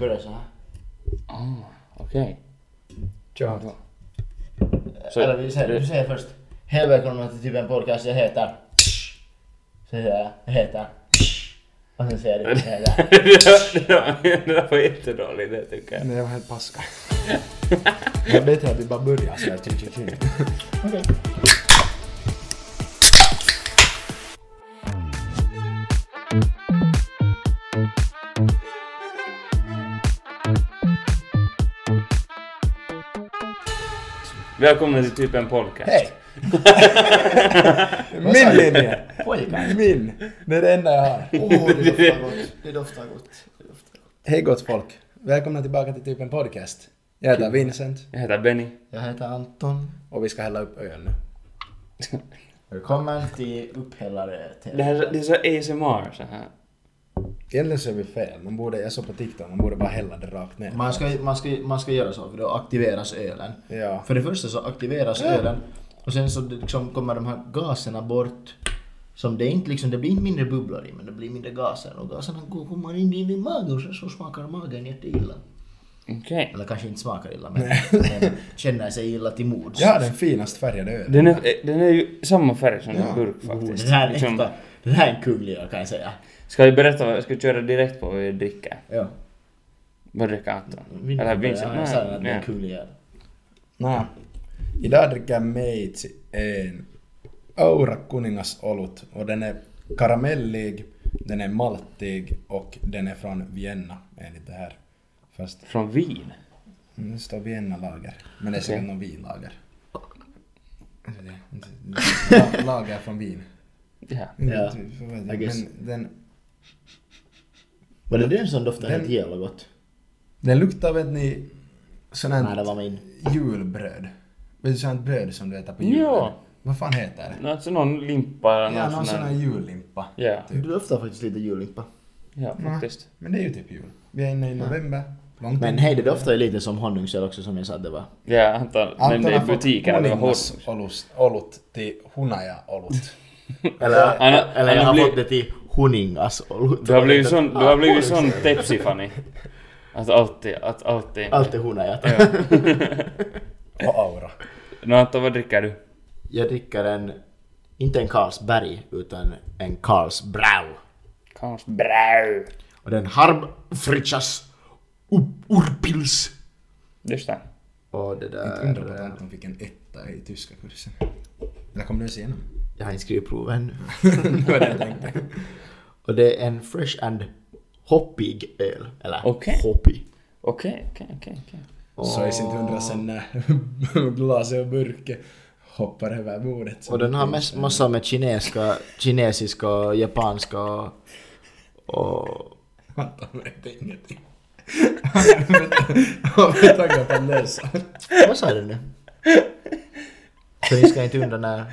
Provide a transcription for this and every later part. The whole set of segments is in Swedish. börjar så här. Ah, Okej. Kör. Så- Eller vi säger, det- du säger först. Hej välkomna till typ en podcast, jag heter... Så säger jag, jag heter... Och sen säger du, jag heter... det, där- det där- det där var jättedåligt det tycker jag. Nej, det var helt paska. Det är bättre att vi bara börjar så här. tju, tju, tju. Välkomna till typ en podcast. Hej! Min linje! Pojkar! Min! Det är det enda jag har. Åh, det doftar gott. Det doftar gott. Det doftar gott. Hej gott folk. Välkomna tillbaka till typ en podcast. Jag heter Vincent Jag heter Benny. Jag heter Anton. och vi ska hälla upp öl nu. Välkommen till upphällare till... Det, här, det är så ASMR så här. Egentligen så är vi fel. Man borde, jag såg på TikTok, man borde bara hälla det rakt ner. Man ska, man, ska, man ska göra så, för då aktiveras ölen. Ja. För det första så aktiveras ölen och sen så det liksom kommer de här gaserna bort. Som det, är inte liksom, det blir inte mindre bubblor i, men det blir mindre gaser. Och gaserna går- kommer in i din mage och sen så smakar magen jätteilla. Okej. Eller kanske inte smakar illa, men men känner sig illa till mods. Jag har den finast färgade ölen. Den är, den är ju samma färg som din burk faktiskt. Det här är Liksom, äkta. Det här är en kunglig öl kan jag säga. ska vi berätta vad, ska vi köra direkt på vad vi dricker? Ja. Vad dricker Anton? Vincent, Eller Vincent? Ja, jag sa att det är en Nej, kunglig öl. Nää. Idag dricker Mates en Aura Kuningasolut och den är karamellig, den är maltig och den är från Vienna enligt det här. Fast ja. Från Wien? mm, det står Vienna lager, men det är säkert någon vinlager. La- Lager från Mm, Wien. Ja. Ja, I guess. Men den, Var det den som doftade Den- helt jävla gott? den luktar vet ni sån Nej, det var här min. julbröd. Vet du sånt här bröd som du äter på julen? Ja. Vad fan heter det? Nå, Alltså någon limpa eller Ja, någon, någon sån här jullimpa. Ja, Du doftar faktiskt lite jullimpa. ja Mm. faktiskt. Men det är ju typ jul. Vi är inne i november. Långt Men in. hej, det doftar ju lite som honungsöl också som jag sa att det var. Ja, Anton. Men det är butiker. Det var hårt. olut, olut till hunaja-olut. Eller, Han har- eller jag han har har blivit- fått det till honingas Du har blivit sån, du har blivit sån tepsi Fanny. Att alltid, att alltid. Allt är honajat. och aura. Nå Anton, vad dricker du? Jag dricker en, inte en Carlsberg, utan en Carlsbrau. Karlsbrau. Och den harb fritschas Ur- urpils. Just det. Och det Undrar på att där... Anton fick en etta i tyska kursen. Eller kom du ens igenom? Jag har inte skrivit proven ännu. det var det jag tänkte. Och det är en fresh and hoppig öl. Eller Okej. hoppig. Okej, okej, okej. okej. Så i sin hundra sen när glaset och burken hoppar över bordet. Och den har mest, massa med kinesiska, kinesiska och japanska och... och Anton vet ingenting. Han var taggad på att läsa. Vad sa du nu? Så ni ska inte undra när...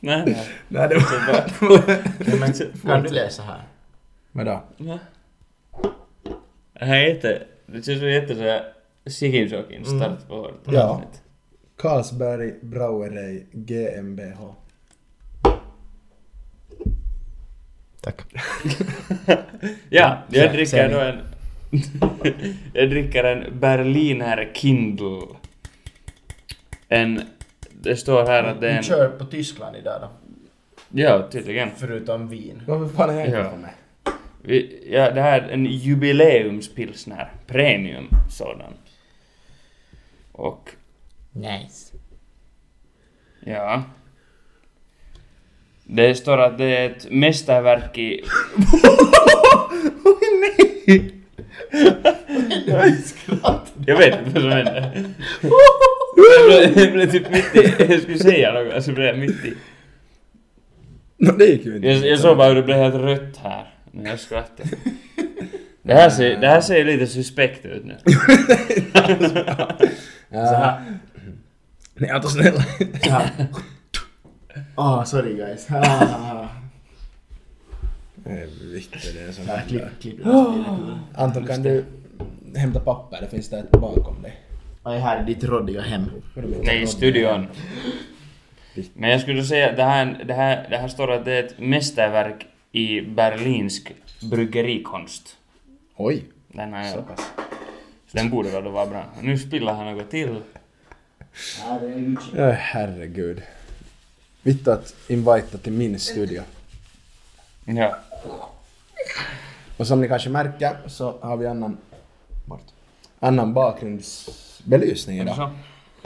Nej, nej. Nej, det var... Nej, men Kan du läsa här? Vadå? Va? Det här är jätte... Det känns som jätte såhär... Sikinsokin Mm. start på vårt Ja. avsnitt. Carlsberg Brauerei GmbH. Tack. Ja, jag Sä- dricker säg då en... jag dricker en Berliner Kindle. En... Det står här att det Du är en... Mm, kör på Tyskland idag då? Ja, tydligen. Förutom vin. Varför fan är jag inte Ja. på mig? Vi, ja, det här är en jubileumspilsner. Premium sådan. Och Nice. ja. Det står att det är ett mästerverk i... Jag vet inte vad som hände. Jag blev, jag blev typ mitt i... Jag skulle säga något, så blev jag mitt i. No, det gick ju inte. Jag, jag såg bara hur det blev helt rött här när jag skrattade. Det här ser, det här ser lite suspekt ut nu. Så här. Nej, Anton snälla. Ah, sorry guys. Ah, ah, ah. Vittu, det är så Ja, här. Klipp, klipp. alltså, det är kul. Äh, Anton, kan du hämta papper? Det finns där ett bakom dig. Aj, här är ditt råddiga hem. Nej, i studion. Men jag skulle säga att det här, det här, det här står att det är ett mästerverk i berlinsk bryggerikonst. Oj. Den här, Så pass. Så den borde väl då vara bra. Nu spiller han något till. Herregud. Äh, herregud. Vitt att invita till min studio. Ja. Och som ni kanske märker så har vi annan... Bort. Annan bakgrundsbelysning idag. Så.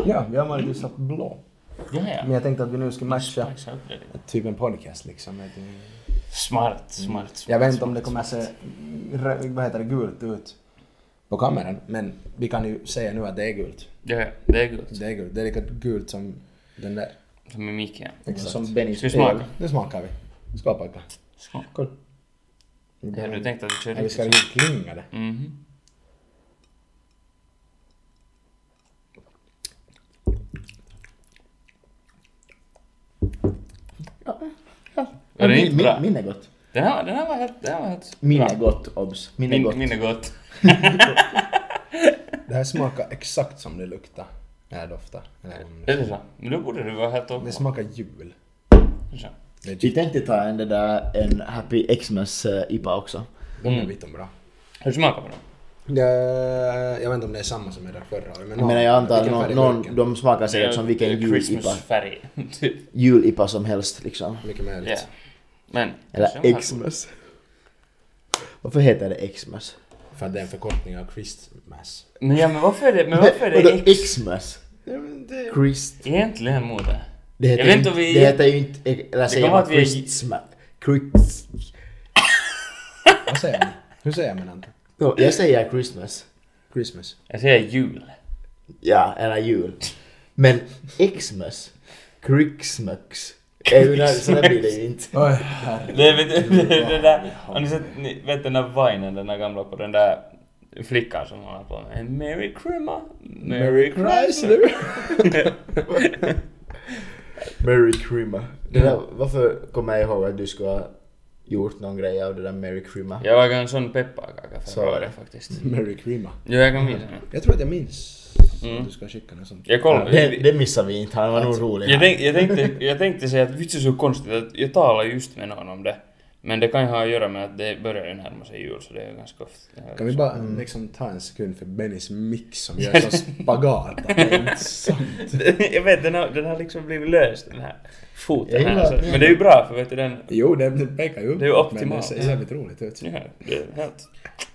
Ja, vi har vanligtvis haft blå. Ja, Men ja. jag tänkte att vi nu ska matcha Nice upgrading. typ en podcast liksom. Smart, smart, smart. Mm. Jag vet inte om det kommer se rö- vad heter det, gult ut på kameran, men vi kan ju säga nu att det är gult. Ja, ja. Det är gott. Det är gult. Det är lika gult som den där. Som i micken. Som Benny Ska vi smaka? Nu smakar vi. Skål pojkar. Skål. Skål. Ja, du tänkte att vi kör Nej, vi riktigt ska så? riktigt klinga det. Mm. Mhm. Var det inte bra? Min är gott. Den här, den här var helt... Den här var helt Min bra. är gott, obs. Min är Min, gott. min är gott. Det här smakar exakt som det luktar. Eller doftar. Eller om Mm. Det det- är så. Men då borde du vara helt okej. Det smakar jul. Så. Det Vi är typ tänkte ta en, det där, en Happy Xmas eh, IPA också. de är vitt och bra. Hur smakar den? Det, jag vet inte om det är samma som är där förra året. Jag menar jag antar att vilken någon, färg är burken? någon, de smakar Det säkert är som vilken jul-IPA Eh, Christmas-färg. typ. jul-IPA som helst liksom. Mycket möjligt. Ja. Men... kanske de Eller här- Xmas. Varför heter det Xmas? För att det är en förkortning av Christmas. Men ja, men varför är det... Men varför är Vadå, det X? Xmas? Ja, men det... Christ... Egentligen mode. Det heter, Jag vet inte inte, om vi- det heter ju inte... Eller säger kan man vara att vi är- Christmas? Christ... Vad säger man? Hur säger man Anton? No, jag säger Christmas. Christmas. Jag säger jul. Ja, eller jul. Men Xmas? Christmas? Är ju när- Så det blir det ju inte. Oj, herregud. Det, vet, det, det där, har ni sett ni, vet den där vinen, den där gamla på den där flickan som hon har på med? Merry Christmas! Merry Chrysler! Merry Christmas. Det där, varför kommer jag ihåg att du skulle ha gjort någon grej av det där Merry Christmas? jag lagade en sån pepparkaka Så förra är det. året faktiskt. Merry Crema. Jo, jag kan minnas den. Jag tror att jag minns Mm. att du ska skicka något sånt. Jag kollade. Det, det missar vi inte, han var nog Jag, rolig. tänk, jag, tänkte, jag tänkte säga att vitsen är så konstigt att jag talar just med någon om det. Men det kan ju ha att göra med att det börjar ju närma sig jul så det är ju ganska ofta. Kan vi bara liksom ta en sekund för Bennys mick som gör sån spagat? att Det är inte sant. jag vet, den har, den har liksom blivit löst den här Jag foten gillar här. Alltså. att ni- Men det är ju bra för vet du den... Jo, det, det pekar ju upp. Det är ju Men det optimalt. ser jävligt roligt ut. Ja, det är helt...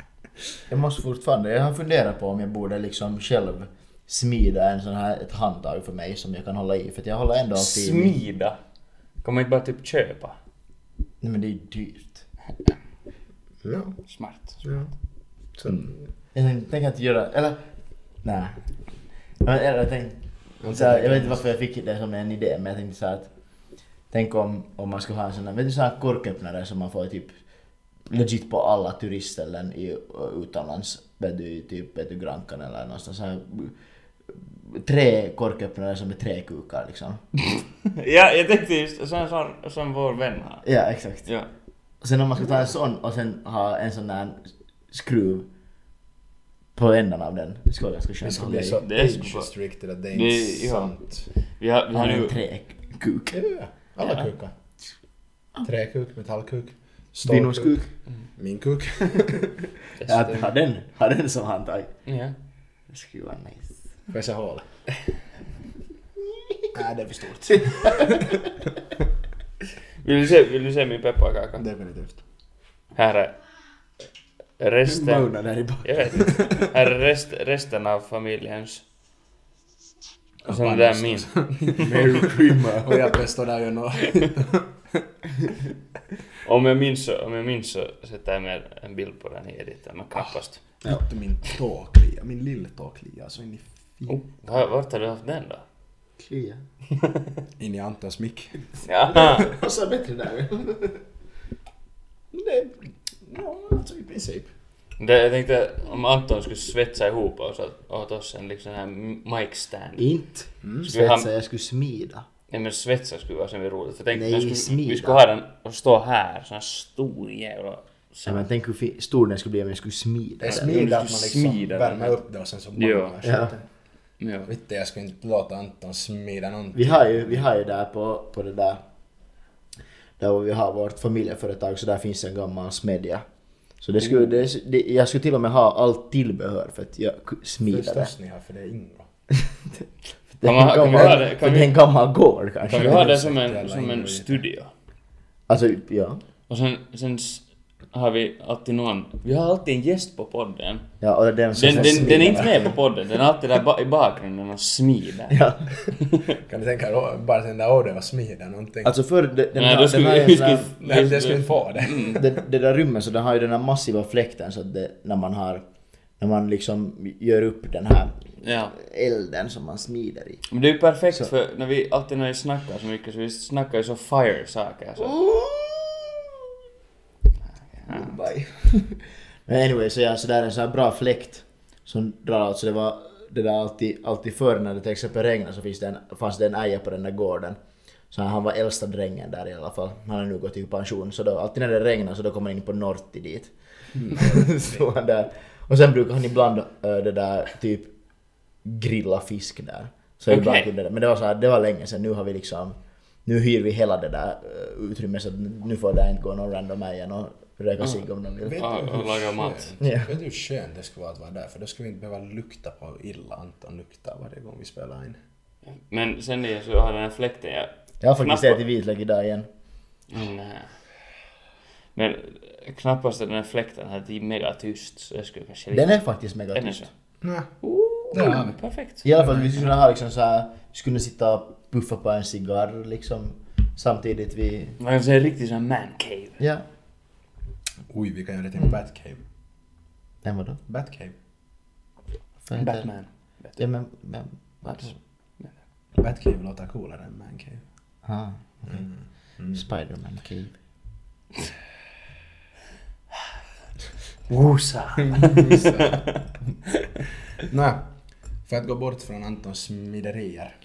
Jag måste fortfarande, jag har funderat på om jag borde liksom själv smida en sån här, ett handtag för mig som jag kan hålla i. För att jag håller ändå alltid i min- Smida. Kan man inte bara typ köpa? Nej men det är ju dyrt. Ja, Smart. ja. Så, Jag tänkte, tänker inte göra, eller nej. Men, eller jag tänkte, så här, jag vet inte varför jag fick det som en idé men jag tänkte så här att Tänk om, om man skulle ha en sån där, vet du sån här korköppnare som man får typ legit på alla turistställen i, utomlands. Vet du, i typ vet du, Grankan eller någonstans. Så här, tre korköppnare som är tre kukar liksom. ja, jag tänkte just som, som, som vår vän har. Ja exakt. Ja. Och sen om man ska ta en sån och sen ha en sån där skruv på ändan av den. Det skulle vara ganska det skönt. skulle att bli hålla i. så Det är age så- restricted att det är Det är- inte ja. sant. Vi har, vi har Han är nu... en träkuk. Ja, ja, ja. Alla Ja. kukar. Träkuk, metallkuk, Vinos kuk. stålkuk, min kuk. Ja, ha den, ha den som handtag. Ja. Det skulle vara nice. Får jag se hålet? Nej, det är för stort. Vill du se, vill du se min pepparkaka? Definitivt. Här är resten... Mona där i bak. Jag vet inte. Här är rest, resten av familjens. Och sen Ja, det där fan, min. Merry Christmas. Och jag bäst där ju nå. Om jag minns så, om jag minns så sätter jag med en bild på den i editen, men knappast. Inte min tåklia, min lilltåklia. Så in i Oh, fi- var- vart har du haft den då? Klia. In i Antons mick. Jaha! Passar bättre där. Det, ja, alltså i princip. Det, jag tänkte om Anton skulle svetsa ihop oss åt, åt oss en liksom här mic-stand. Inte Ska vi ha- svetsa, jag skulle smida. Nej men svetsa skulle vara så mycket roligt. För tänk, Nej, jag skulle, smida. vi skulle ha den och stå här, sån här stor jävla... Ja, men tänk hur fi- stor den skulle bli om jag skulle smida Det är den. smidigt att man liksom Smida den. värmer upp det och sen så Ja. bollar skiten. Ja. Vitt, jag skulle inte låta Anton smida någonting. Vi har ju, vi har ju där på, på det där, där vi har vårt familjeföretag, så där finns en gammal smedja Så det skulle, det, det, jag skulle till och med ha allt tillbehör för att jag k- smida det. Förstås ni har, för det är Ingro. Det är Kan man- en kan man gammal- ha det- kan för vi- det är en gammal gård Kan vi kanske. ha det det är som säkert en, jävla som en ingredienser. studio? Alltså, ja. Och sen, sen s- har vi alltid någon, vi har alltid en gäst på podden. Ja, och den som som Den, den, den smidar. är inte med på podden, den är alltid där ba- i bakgrunden och smider. Ja. Kan ni tänka er å- bara sen där åh det var smida någonting. Alltså förr, den, den, Nej, här- då den skulle här är vi... en sån här- Nej, men jag skulle inte få det. det, det där rummet så den har ju den här massiva fläkten så att det, när man har när man liksom gör upp den här Ja. elden som man smider i. Men det är ju perfekt för när vi alltid när vi snackar så mycket så vi snackar ju så fire saker. Så. Goodbye. Men anyway, så, ja, så där är en sån här bra fläkt som drar ut. Så det var det där alltid, alltid förr när det till exempel regnade så finns det en, fanns det en äja på den där gården. Så han var äldsta drängen där i alla fall. Han har nu gått i pension. Så då, alltid när det regnar så då kommer han in på Norti dit. Står han där. Och sen brukar han ibland äh, det där typ grilla fisk där. Så Okej. ibland kunde det. typ Men det var så här, det var länge sedan. Nu har vi liksom nu hyr vi hela det där eh, utrymmet så att nu får det inte gå någon random här igen och röka cigg om de vill. Ja, och laga mat. Ja. Vet du hur skönt det skulle vara att vara där? För då skulle vi inte behöva lukta på hur illa Anton luktar varje gång vi spelar in. Men sen är så har den här fläkten jag... Jag har faktiskt Knappar- ätit vitlök idag igen. Mm, Nej. Men knappast att den här fläkten här, det är mega tyst så jag skulle kanske... Den är faktiskt Är den megatyst. så? Nej. Oh, perfekt. I alla fall vi skulle kunna ha liksom så här, vi skulle kunna sitta och puffa på en cigarr liksom samtidigt vi... Man kan säga riktigt sån här man cave. Ja. Oj, vi kan göra det till en Batcave. Den var då. Batcave. Vad heter det? Batman. Ja men... men vad? Batcave låter coolare än Mancave. Ah, okej. Mm. Spiderman cave. Wosa! Nej, för att gå bort från Antons smiderier.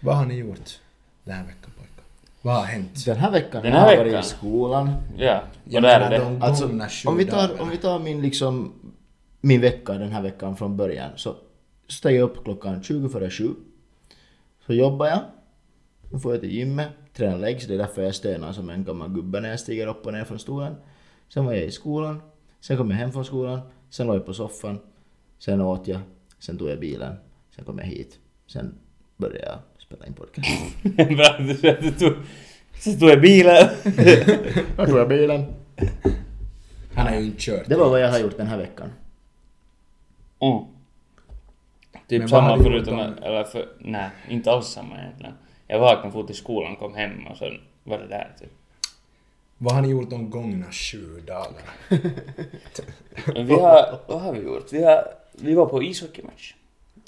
Vad har ni gjort den här veckan pojkar? Vad har hänt? Den här veckan Den har här jag varit veckan? i skolan. Ja, och Jag där är menar det. de Alltså, gångna sju om vi tar, dagarna. om vi tar min, liksom, min vecka den här veckan från början så steg jag upp klockan 20 före 7. Så jobbar jag. Då får jag till gymmet, tränar legs. Det är därför jag stönar som en gammal gubbe när jag stiger upp och ner från stolen. Sen var jag i skolan. Sen kom jag hem från skolan. Sen låg jag på soffan. Sen åt jag. Sen tog jag bilen. Sen kom jag hit. Sen började jag spela in podcast. Bra, du ser att du tog... Så stod jag i bilen. Sen tog jag bilen. Han har ju inte kört. Det var vad jag har gjort den här veckan. Mm. Typ Men vad har samma du förutom gjort om- att, eller för, nej, inte alls samma egentligen. Jag vaknade, for till skolan, kom hem och sen var det där typ. Vad har ni gjort de gångna sju dagarna? Men vi har, vad har vi gjort? Vi har, vi var på ishockeymatch.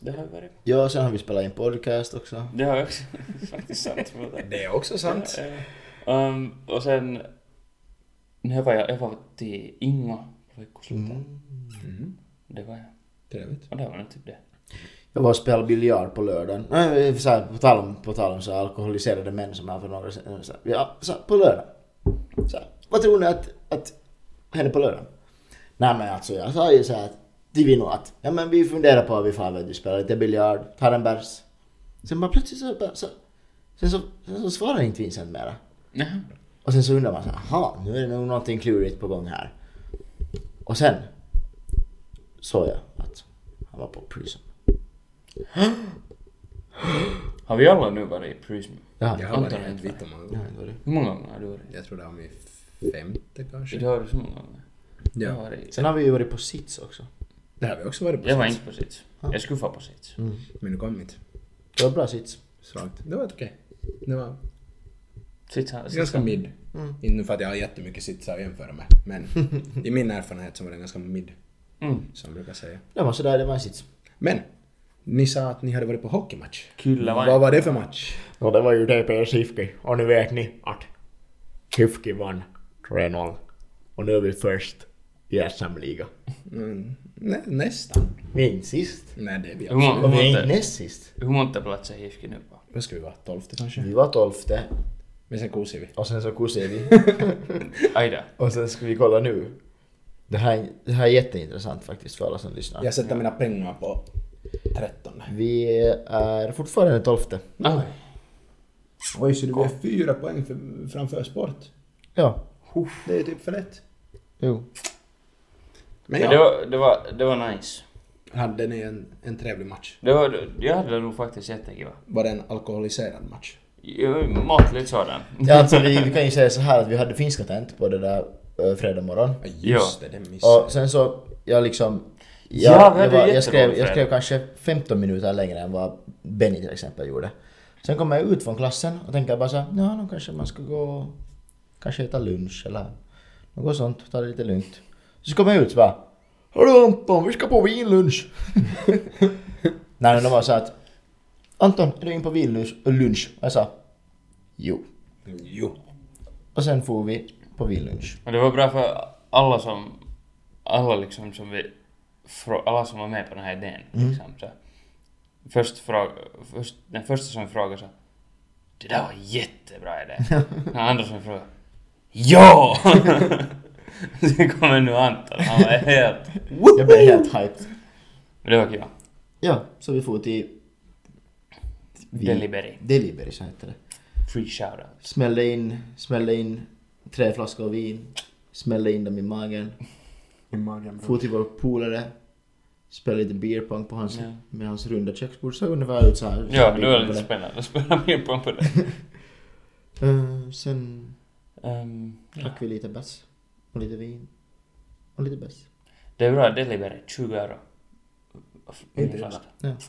Det har vi varit. Ja, sen har vi spelat in podcast också. Det har jag också. Faktiskt sant. förlåt. Det är också sant. Ehm, och sen, när jag var, jag var till Inga på veckoslutet. Mm. Det var jag. Trevligt. Och det var nog typ det. Jag var och spelade biljard på lördagen. Nej, så här, på tal om, på tal om så här, alkoholiserade män som här för några sen- så här, ja, så här, på lördag. Så här, vad tror ni att, att hände på lördag? Nej men alltså jag sa ju så här att till Vino att ja men vi funderar på att vi får vet du spelar lite biljard, tar en bärs. Sen bara plötsligt så, bara, så sen så, sen så svarar inte Vincent mera. Och sen så undrar man så här, aha, nu är det nog någonting klurigt på gång här. Och sen såg jag att han var på prison. Har vi alla nu varit i Prism? Ja. Jag har varit Anton har helt inte vitt om man- Hur många gånger har du varit? Jag tror det var min femte kanske. Du har varit så många gånger. Jag, har Ja. varit, Sen har vi ju varit på sits också. Det har vi också varit på. jag var sist. inte på sits. Jag skulle vara på sits. Men du kom inte. Det var bra sits. Svagt. Det var helt okej. Det var Sits här. sits ganska här. mid. Mm. Inte nu för att jag har jättemycket sitsar att jämföra med. Men i min erfarenhet så var det ganska mid. Mm. Som jag brukar säga. Det var sådär, det var en sits. Men! Ni sa att ni hade varit på hockeymatch. Kyllä vain. Mm. Vad var det för match? Och det var ju TPS Hifki. Och nu vet ni att Hifki vann 3-0. Och nu är vi först i SM-liga. Mm, nä, nästan. Vi är inte sist. Nej, det är vi Hur många, Och hur vi är inte monta, näst sist. hur monta platser Hifki nu på? Vad ska vi vara? Tolfte kanske? Vi var tolfte. Men sen kosar vi. Och sen så kossade vi. Aj då. Och sen ska vi kolla nu. Det här, det här är jätteintressant faktiskt för alla som lyssnar. Jag sätter mina pengar på trettonde. Vi är fortfarande tolfte. Aj. Oj, så du är fyra poäng för, framför sport? Ja. Det är typ för lätt. Jo. Men Men det, ja, var, det, var, det var nice. hade ni en, en trevlig match? Det var, jag hade nog faktiskt jättekul. Var det en alkoholiserad match? Jo, Måttligt sådan. Ja, alltså, vi, vi kan ju säga så här att vi hade finska tent på det där uh, fredag morgon. Ja, just Ja. det, det missade jag. Och sen så, jag liksom... Ja, vi Jag, hade jag, var, jag, jätterolig skrev, jag fredag. skrev kanske 15 minuter längre än vad Benny till exempel gjorde. Sen kom jag ut från klassen och tänkte bara så här, ja, nu kanske man ska gå och kanske äta lunch eller något sånt, ta det lite lugnt. Så kom jag ut så bara, Hörru Anton, vi ska på vinlunch! Nej, men de var så här att Anton, är du in på vinlunch? Lunch? Och jag sa, jo. Jo. Och sen for vi på vinlunch. Men det var bra för alla som, alla liksom som vi, frå- alla som var med på den här idén. Liksom, så. Först fråga, först, den första som frågade så det där var en jättebra idé. Den andra som frågade, ja! Sen kommer nu Anton, han var helt... Jag blev helt hyped. Men det var kul. Ja, så vi for till Vi- Delivery. Delivery så heter det. Free shoutout. Smällde in, smällde in tre flaskor vin. Smällde in dem i magen. I magen. For till vår polare. Spelade lite beerpong på hans, Ja. med hans runda köksbord. Såg ungefär ut såhär. Ja, det var lite spännande att spela mer på på det. Eh, sen Ehm, ja. drack vi lite bärs. Och lite vin. Och lite bärs. Det är bra, Delivery, 20 euro. Inte Ungefär. illa.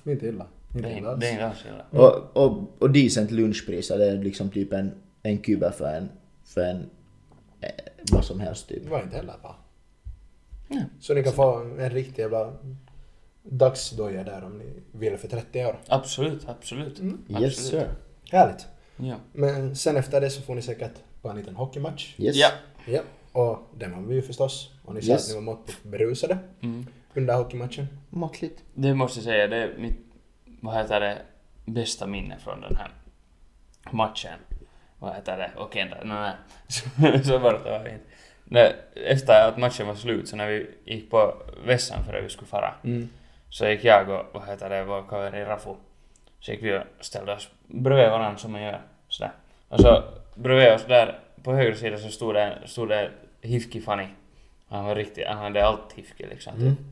Ja. Inte illa. Det Inte illa är alls. det är inte alls illa. Och, och, och decent lunchpris. Det är liksom typ en, en kuba för en, för en eh, vad som helst typ. Det var inte heller va? Nej. Så ni kan få en riktig jävla dagsdoja där om ni vill för 30 år. Absolut, absolut. absolut. Yes sir. Härligt. Ja. Men sen efter det så får ni säkert på en liten hockeymatch. Yes. Ja. Ja. Och den har vi ju förstås. Och ni sa Yes. att ni var måttligt berusade under hockeymatchen. Måttligt. Det måste jag säga, det är mitt, vad heter det, bästa minne från den här matchen. Vad heter det, och ända, nej, nej. Så var det, det var fint. När, efter att matchen var slut, så när vi gick på vässan för att vi skulle fara, så gick jag och, vad heter det, vår kaveri Rafu, så gick vi och ställde oss bredvid varandra som man gör, sådär. Och så bredvid oss där, på höger sida så stod det, stod det Hifki Fani. Han var riktigt, han hade allt Hifki liksom. Mm. typ.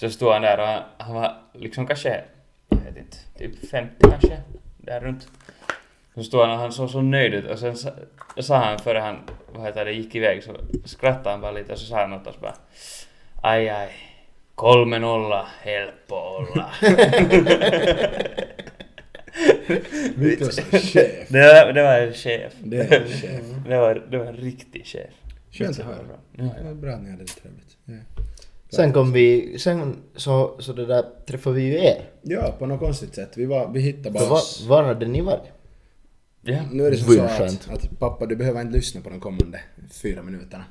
Så stod han där och han, han var liksom kanske, jag vet inte, typ 50 kanske, där runt. Så stod han och han såg så nöjd ut och sen sa, sa han före han, vad heter det, gick iväg så skrattade han bara lite och så sa han åt oss bara Aj aj, kolme nolla, helppo olla. Niklas är chef. det, var, det var en chef. Det är en chef. Det var, det var en riktig chef. Skönt att Det var höra. bra. Ja, Det ja. var bra att ni hade det trevligt. Ja. Sen kom vi, sen så, så det där träffade vi ju er. Ja, på något konstigt sätt. Vi, var, vi hittade bara Så var, var hade ni varit? ja. Nu är det som Vad så att, skönt. att pappa du behöver inte lyssna på de kommande fyra minuterna.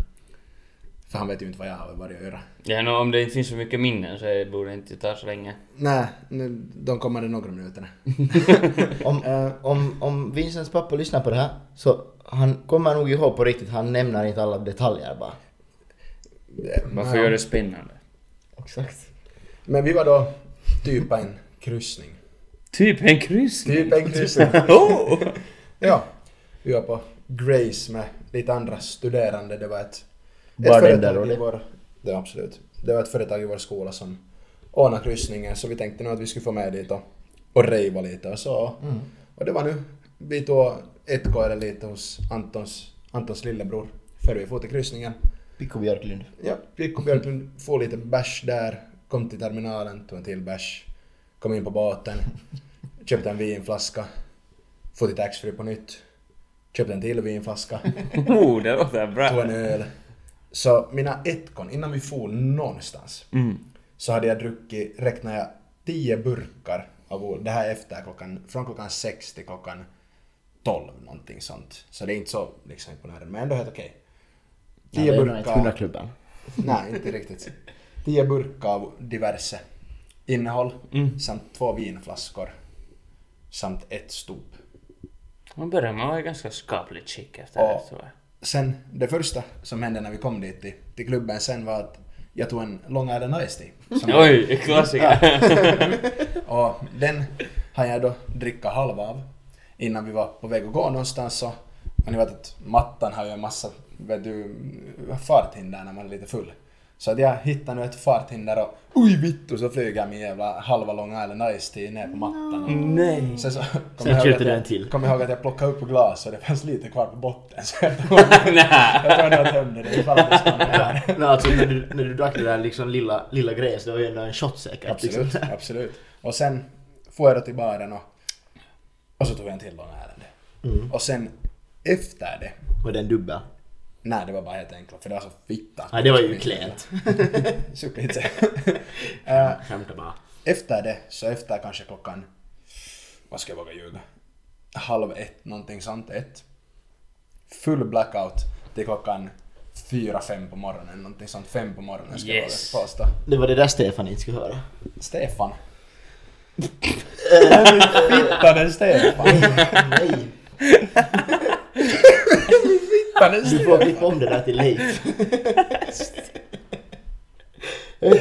För han vet ju inte vad jag har i varje öra. ja nå, om det inte finns så mycket minnen så är- borde det inte ta så länge. Nej, nu, de kommande några minuterna. Om, om, om Vincents pappa lyssnar på det här så han kommer nog ihåg på riktigt, han nämner inte alla detaljer bara. Varför gör det spännande? Exakt. Men vi var då typ på en kryssning. Typ en kryssning! Typ en kryssning. oh! Ja. Vi var på Grace med lite andra studerande. Det var ett, Bara den ett där företag i och det. vår... Det var absolut. Det var ett företag i vår skola som ordnade kryssningen så vi tänkte nog att vi skulle få med dit och, och rejva lite och så. Mm. Och det var nu. Vi tog ett kvar lite hos Antons, Antons lillebror före vi for till kryssningen. Pico Björklund. Ja, vi kom verkligen få lite bärs där. Kom till terminalen, tog en till bärs. Kom in på båten. Köpte en vinflaska. Få till taxfree på nytt. Köpte en till vinflaska. oh, det låter bra! Tog en öl. Så mina etkon, innan vi for någonstans, så hade jag druckit, räknar jag, 10 burkar av ol- Det här är efter klockan, från klockan 6 till klockan 12 någonting sånt. Så det är inte så liksom imponerande, men ändå helt okej. 10 Ja, det är nog inte burkar. 100-klubben. Nej, inte riktigt. Tio burkar av diverse innehåll samt två vinflaskor samt ett stop. Man börjar med att vara ganska skapligt skick efter Ja. det tror jag. Sen det första som hände när vi kom dit till, till klubben sen var att jag tog en Long Island Ice Tea. Som- Oj, klassiker! Och den har jag då dricka halva av innan vi var på väg att gå någonstans. Så, och ni vet att mattan har ju en massa vet du, farthinder när man är lite full. Så att jag hittar nu ett farthinder och oj vittu så flyger min jävla halva Long Island Ice Tea ner på mattan. Nej! Sen så kom Sen jag, ihåg köpte att du en jag, till. kom jag ihåg att jag plockade upp glas och det fanns lite kvar på botten. Så jag tog Nej! jag tog nog och tömde det ifall det skulle hända. Men alltså när du, när du drack det där liksom lilla, lilla grejen så det var ju ändå en shot säkert. Liksom. Absolut, absolut. Och sen får jag då till baren och, och så tog jag en till Long Island. Mm. Och sen efter det, Var den dubbel? nej det var bara helt enkelt för det var så fitta. Nej det var ju klent. Suck lite. Eh, Skämtar bara. efter det, så efter kanske klockan, vad ska jag våga ljuga, halv ett, någonting sånt, ett. Full blackout till klockan fyra, fem på morgonen, någonting sånt, fem på morgonen ska Yes. jag våga påstå. Det var det där Stefan inte skulle höra. Stefan. Fittanen Stefan. Nej! Fittanen Du får Stefan. klippa om det där till Leif. Åh,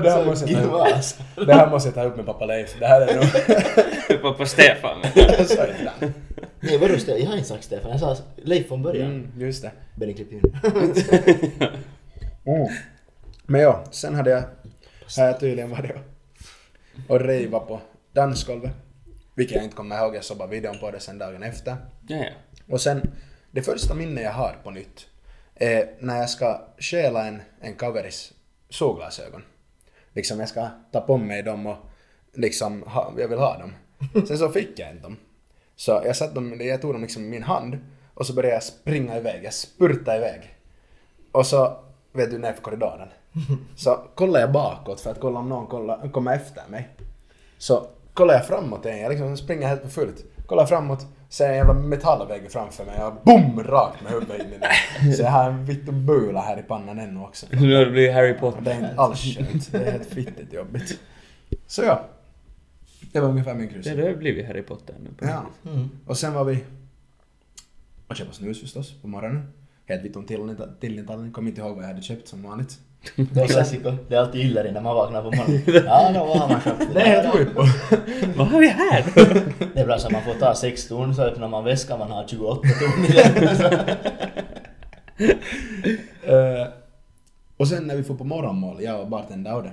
det, här måste jag ta upp. alltså- det här måste jag ta upp med pappa Leif. Det här är nog... Pappa Stefan. Så ibland. Nej vadå Stefan? Jag har inte sagt Stefan. Jag sa Leif från början. Mm, just det. Benny klipp in. Mm. Men ja, sen hade jag, har jag tydligen varit och- och rejvat på dansgolvet. Vilket jag inte kommer ihåg, jag såg bara videon på det sen dagen efter. Ja, ja. Och sen, det första minne jag har på nytt är när jag ska stjäla en, en kaveris solglasögon. Liksom jag ska ta på mig dem och liksom, ha, jag vill ha dem. Sen så fick jag inte dem. Så jag, satt dem, jag tog dem liksom i min hand och så började jag springa iväg, jag spurtade iväg. Och så, vet du, nerför korridoren. Så kollade jag bakåt för att kolla om någon kolla, kommer efter mig. Så kollar jag framåt igen, jag liksom springer helt på fullt. Kollar framåt, ser en jävla metallvägg framför mig och BOOM! Rakt med huvudet in i den. Så jag har en vittu bula här i pannan ännu också. Nu har det blivit Harry Och Potter. det är inte alls skönt. Det är helt fittigt jobbigt. Så ja. Det var ungefär min Det kryssning. har blivit Harry Potter nu. Ja. Och sen var vi och köpte snus förstås på morgonen. Helt vitt om tillnitallning. Kommer inte ihåg vad jag hade köpt som vanligt. Det är klassiker. Det är alltid illa det när man vaknar på morgonen. Ja, då har man köpt det. Det är helt sjukt. Vad har vi här? Det är bra så man får ta sex ton så öppnar man väskan man har 28 ton i den. Eh, och sen när vi får på morgonmål, jag och bartendern Aude,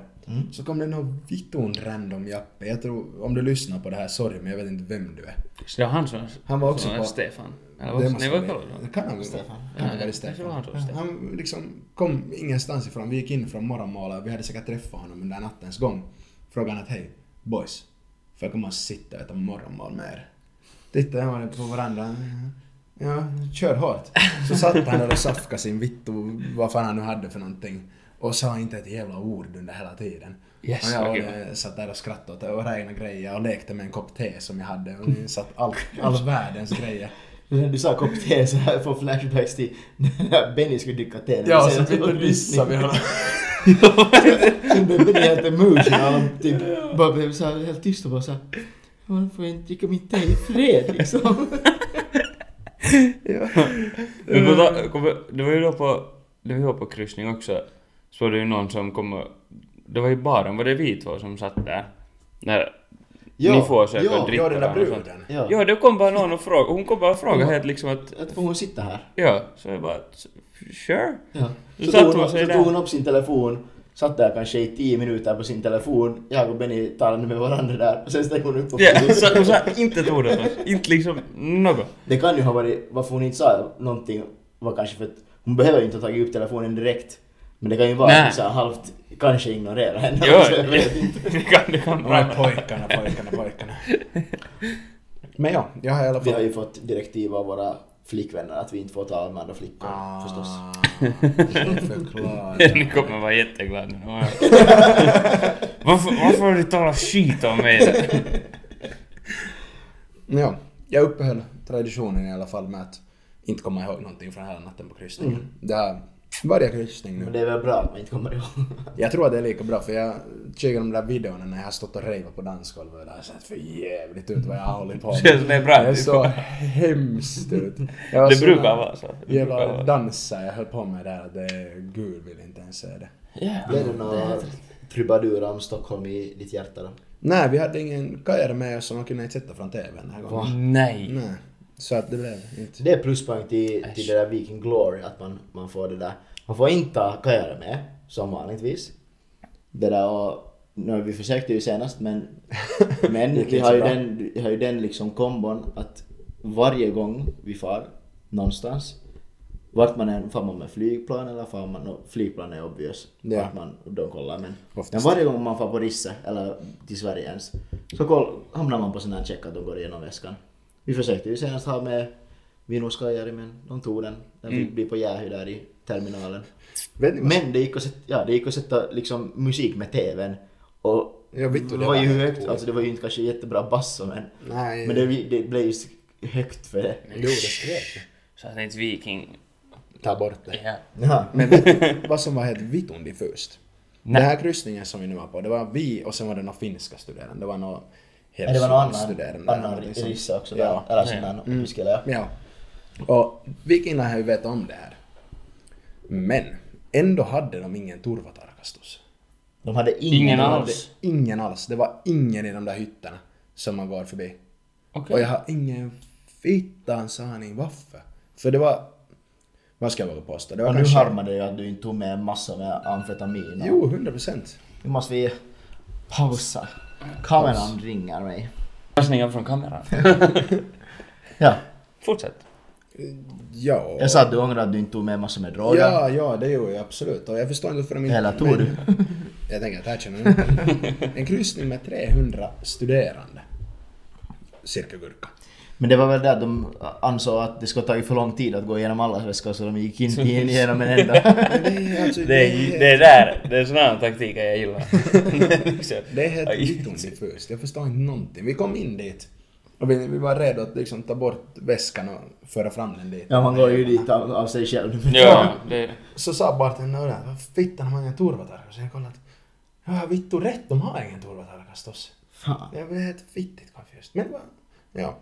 så kom det någon vitton random jappe. Jag tror, om du lyssnar på det här, sorry men jag vet inte vem du är. Så det var han som... Han var också som på- Stefan. Eller Det vad? måste Nej, vad vara- kallar du honom? det Kan han Stefan. Kan Ja, det vara jag tror han tror Stefan? Stefan. Han liksom kom ingenstans ifrån. Vi gick in från morgonmålet, vi hade säkert träffat honom under nattens gång. Frågade han att hej, boys, får jag komma och sitta och äta morgonmål med er? Tittade han på varandra. Ja, kör hårt. Så satt han där och safkade sin vitt och vad fan han nu hade för någonting. Och sa inte ett jävla ord under hela tiden. Yes, och jag vad och kul. eh, satt där och skrattade åt det och räknade grejer och lekte med en kopp te som jag hade. Och satt all, all världens grejer. När du sa kopp te så här får flashbacks till när Benny skulle dricka te. Ja, så vi dissade vi honom. Sen blev Benny helt emotional och typ bara blev så här helt tyst och bara så här. Man får jag inte dricka mitt te i fred liksom. Men på ta- kommer- Det var ju då på... Det var ju då på kryssning också. Så var det ju någon som kom och... Det var i baren, var det vi två som satt där? När ni får säkert ja, dricka Ja, den där varandra och sånt. bruden. Ja. Ja, då kom bara någon och frågade. Hon kom bara och frågade Ja. helt liksom att... Att får hon sitta här? Ja, så jag bara... Sure. Ja. Så, tog Så satt hon hon, sig så där. tog hon upp sin telefon, satt där kanske i tio minuter på sin telefon. Jag och Benny talade med varandra där och sen stängde hon upp och Ja, så hon sa inte ett ord åt oss. Inte liksom något. Det kan ju ha varit, varför hon inte sa någonting var kanske för att hon behöver ju inte ha tagit upp telefonen direkt. Men det kan ju vara Nej. att så här halvt kanske ignorera henne. Ja, Så jag vet inte. det kan, det kan De här vara. pojkarna, pojkarna, pojkarna. Men ja, jag har i alla Vi har fall... ju fått direktiv av våra flickvänner att vi inte får tala med andra flickor Ah. förstås. Förklara. Ni kommer vara jätteglada nu. Varför, varför har du talat skit om mig? Ja, jag uppehöll traditionen i alla fall med att inte komma ihåg någonting från hela natten på kryssningen. Det här, varje kryssning Men nu. det är väl bra att man inte kommer ihåg. Jag tror att det är lika bra för jag kikar de där videorna när jag har stått och rejvat på dansgolvet och det har sett för jävligt ut vad jag har hållit på med. Känns det bra? Det såg hemskt ut. Jag var Det så- brukar vara så. Det brukar Jävla vara. dansa jag höll på med där, att det, gud vill inte ens se det. Blev det någon trubadur om Stockholm i ditt hjärta då? Nej, vi hade ingen kajer med oss som man kunde inte sätta från TVn den här gången. Nej. Nej, så att det blev inte. Så det är pluspoäng till, till det där Viking Glory, att man, man får det där Han får inte ha kajare med, som vanligtvis. Det där och, no, vi försökte ju senast men, men Gick vi inte har ju, bra. den, vi har ju den liksom kombon att varje gång vi far någonstans, vart man än, far man med flygplan eller far man, no, flygplan är obvious, Ja. vart man då kollar men, men Oftast. varje gång man far på Risse eller till Sverige ens, så koll, hamnar man på sån här check att de går igenom väskan. Vi försökte ju senast ha med Vinuskajari men de tog den, den fick bli på Jähy där i terminalen. Vet ni vad- Men det gick att sätta, ja, det gick att sätta liksom musik med TVn. Och Ja, vet du, det det var ju var helt högt, coolt. alltså det var ju inte kanske jättebra basso men, Nej. men det, det blev ju högt för det. Jo, det skrek. Så att inte viking... Ta bort det. Ja. Ja. Men vet du vad som var helt vitun diffust? Nej. Den här kryssningen som vi nu var på, det var vi och sen var det några finska studerande. Det var några Men det var någon annan, hälsostuderande eller annan någonting som- rissa också liksom. Ja. där, eller sån där muskel ja. Ja. Och vikingarna har ju vetat om det här. Men ändå hade de ingen turvatarkastus. De hade ingen, Ingen aning. alls. Ingen alls. Det var ingen i de där hytterna som man går förbi. Okej. Och jag har ingen fittans aning varför. För det var... Vad ska jag våga påstå? Det var Och nu kanske... harmar det ju att du inte tog med massor med amfetamin. och- Jo, 100 procent. Nu måste vi pausa. Kameran ringer mig. Jag slänger från kameran. Ja. Fortsätt. Ja. Jag sa att du ångrar att du inte tog med massor med droger. Ja, ja, det gjorde jag absolut. Och jag förstår inte varför de inte... Eller tog du? Jag tänker att här känner jag inte. En kryssning med 300 studerande. Cirka gurka. Men det var väl det att de ansåg att det skulle ha tagit för lång tid att gå igenom alla väskor så de gick inte in igenom en enda. Men det är alltså... Det är, det är där, det är såna här taktiker jag gillar. Liksom. Det är helt Aj. vitton diffust. Jag förstår inte någonting. Vi kom in dit och vi, vi var redo att liksom ta bort väskan och föra fram den dit. Ja, man går ju dit av, av sig själv. Ja, det... Så sa bartendern "Nå, vad fittan har ingen turvatarkastus? Jag kollade att jag har vittu rätt, de har ingen turvatarkastus. Fan. Jag blev helt fittigt confused. Men vad... Ja,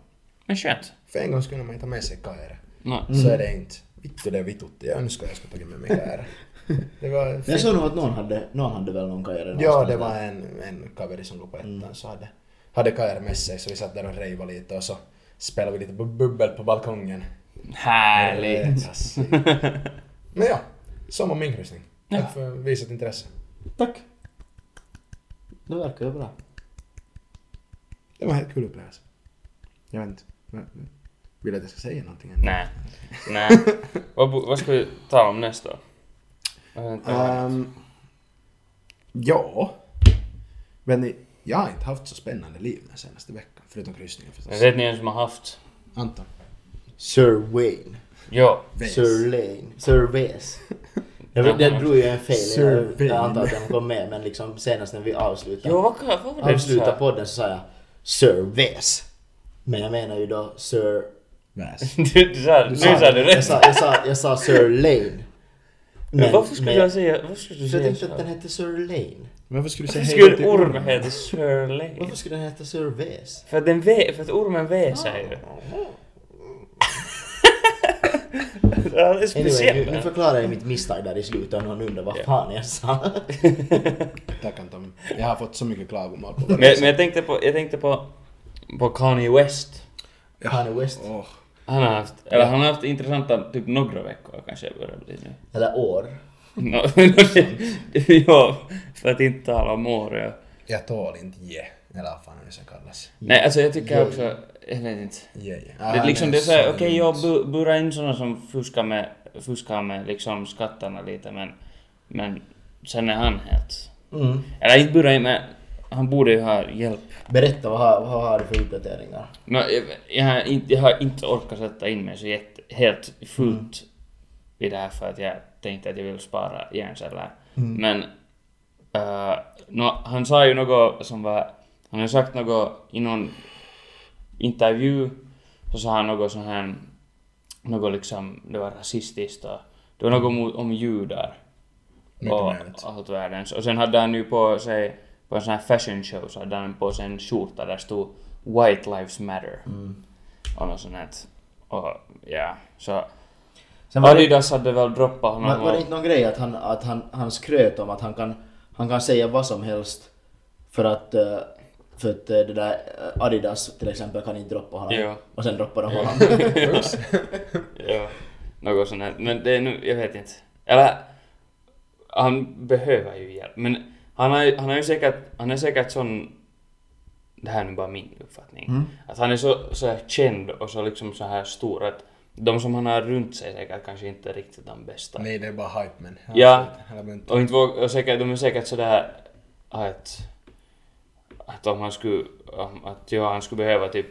Men skönt. för en gång skulle man ju ta med sig kajare. No. Så är det inte. Vittu det är vitutti. Jag önskar jag skulle tagit med mig kajare. Det var Men jag fint. såg nog att någon hade, någon hade väl någon kajare Ja, någonstans det Mm. där. var en, en kaveri som låg på ettan så hade, hade Kajer med sig så vi satt där och rejvade lite och så spelade vi lite bu- bubbel på balkongen. Härligt. Yes. Men ja, som om min kryssning. Tack för visat intresse. Tack. Det verkar ju bra. Det var en helt kul upplevelse. Jag vet inte. men- Vill du att jag ska säga någonting? ännu? Nej. Nej. Vad, bo- vad ska vi tala om nästa? Eh, Ehm, ja. Men ni, jag har inte haft så spännande liv den senaste veckan. Förutom kryssningen förstås. Jag vet ni vem som har haft? Anton. Sir Wayne. Ja. Väs. Sir Lane. Sir Wes. Jag vet, det drog ju en fel. Sir jag, jag Wayne. antar att den kom med men liksom senast när vi avslutade, Jo, alltså. vad, vad var det du avslutade sa? podden så sa jag Sir Wes. Men jag menar ju då Sir Väs. Du, du sa, nu sa du Jag rätt. sa, jag sa, jag sa Sir Lane. Men varför skulle men- jag säga... Varför skulle du Så jag säga tänkte så? att den hette Sir Lane. Varför skulle du Varför säga hej då skulle till orm ormen? heta Shirley? Varför Ah. skulle den heta Sir Wes? För att, den ve, för att ormen väser ju. Ja, det är Anyway, nu, nu speciellt. förklarar jag mitt misstag där i slutet och någon undrar vad fan jag sa. Tack Anton. Jag har fått så mycket klagomål på Men, varandra. men jag tänkte på... Jag tänkte på... På Kanye West. Kanye West. Åh, Han har haft... Eller han har haft intressanta typ några veckor kanske jag börjar bli nu. Eller år. No, ja, för att inte tala om år. Ja. jag tål inte ge. Eller vad fan är det som kallas? Ah, Nej, alltså jag tycker också... Jag vet inte. Ge, ge. Det är liksom det är såhär, okej jag bu- burar in såna som fuskar med, fuskar med liksom skatterna lite men... Men sen är han helt... Mm. Eller inte burar in men han borde ju ha hjälp. Berätta vad har, vad har du för uppdateringar? Men jag, jag, har inte, jag har inte orkat sätta in mig så jätte, helt fullt i det här för att jag tänkte att jag vill spara hjärnceller. Men eh, nå, han sa ju något som var... Han har sagt något i någon intervju så sa han något sånt här... Något liksom... Det var rasistiskt och... Det var något mot, om judar. Mycket Och möjligt. allt världens. Och sen hade han ju på sig... På en sån här fashion show så hade han på sig en skjorta där stod White Lives Matter. Mm. Och något sånt här. Och ja, så... Sen var det- Adidas hade väl droppat honom Men var och- det inte någon grej att han, att han, han skröt om att han kan, han kan säga vad som helst för att, eh, för att eh, det där eh, Adidas till exempel kan inte droppa honom. Ja. Och sen droppar de honom. ja, något sånt här. Men det är nu, jag vet inte. Eller, han behöver ju hjälp. Men han, har, han, har ju säkert, han är säkert sån... Det här är nu bara min uppfattning. Att han är så, så här känd och så liksom så här stor att de som han har runt sig säkert kanske inte är riktigt de bästa. Nej, det är bara hype men. Alltså, Ja. Eller men- Och inte våg, och säkert, de är säkert sådär att... Att om han skulle... om- Att ja, han skulle behöva typ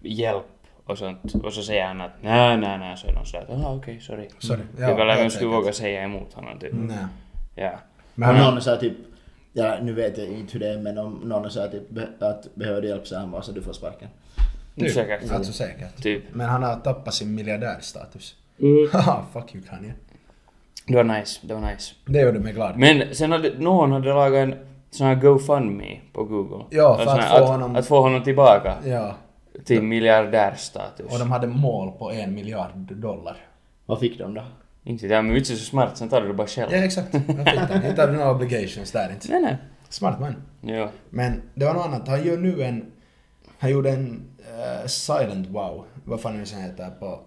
hjälp och sånt. Och så säger han att nej, nej, nej, så är de sådär att ah, okej, sorry. Sorry. Ja, det var helt vem skulle enkelt. våga säga emot honom typ. Nej. Ja. Men om Mm. Men- någon är såhär typ, ja, nu vet jag inte hur det är men om någon är såhär typ be- att behöver du hjälp så här bara så du får sparken. Typ. Niin, Säkert. Alltså säkert. Typ. Mm. Men han har tappat sin miljardärstatus. Haha, fuck you Kanye. Det var Mm. nice, det var nice. Det gjorde mig glad. Men sen hade någon hade lagat en sån här GoFundMe på Google. Ja, Och för sån att här- få honom- Att, att få honom tillbaka Ja. till miljardärstatus. Och de hade mål på en miljard dollar. Vad fick de då? Inte det, men vitsen är så smart, sen tar du det bara själv. Ja, exakt. Jag fick den. Inte hade några obligations där inte. Nej, nej. Smart man. Jo. Men det var något annat. Han gör nu en... Han gjorde en eh, silent wow. Vad fan är det som heter på...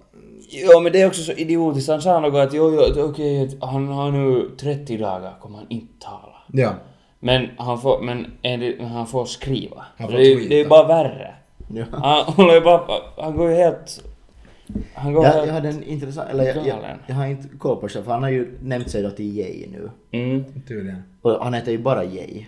jo, men det är också så idiotiskt. Han sa något att jo, jo, att okej, att han har nu 30 dagar kommer han inte tala. Ja. Men han får, men enligt, men han får skriva. Han Han får det, är ju- tweeta. det är ju bara värre. Ja. Han håller ju bara, han går ju helt... Han går Jag, helt... jag hade en intressant, eller jag, jag, Galen. jag har inte koll på det för han har ju nämnt sig då till Jay nu. Mm. Tydligen. Och han heter ju bara Jay.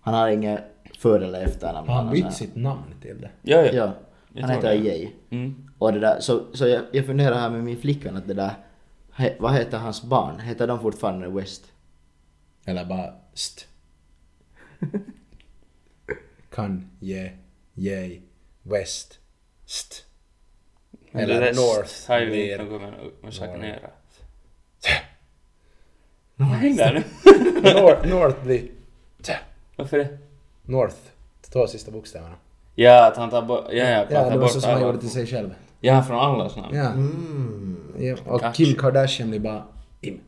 Han har inget före eller efternamn. Har han har bytt så sitt namn till det? Ja, ja. här- Ja. Jag Han tror heter det. Jay. Mm. Och det där, så, så jag, jag funderar här med min flickvän att det där, he, vad heter hans barn? Heter de fortfarande West? Eller bara st. Kan, je, yay, west, st. Eller Det där north, Har ju ner. inte något med, med saken att göra. Vad Vad händer nu? north, north blir t. Varför det? North. De två sista bokstäverna. Ja, att han tar bort... Ja, ja, Ja, det han tar var så bort som han gjorde alla. till sig själv. Ja, från allas namn. Ja. Mm. ja. Och Gotcha. Kim Kardashian blir bara Im.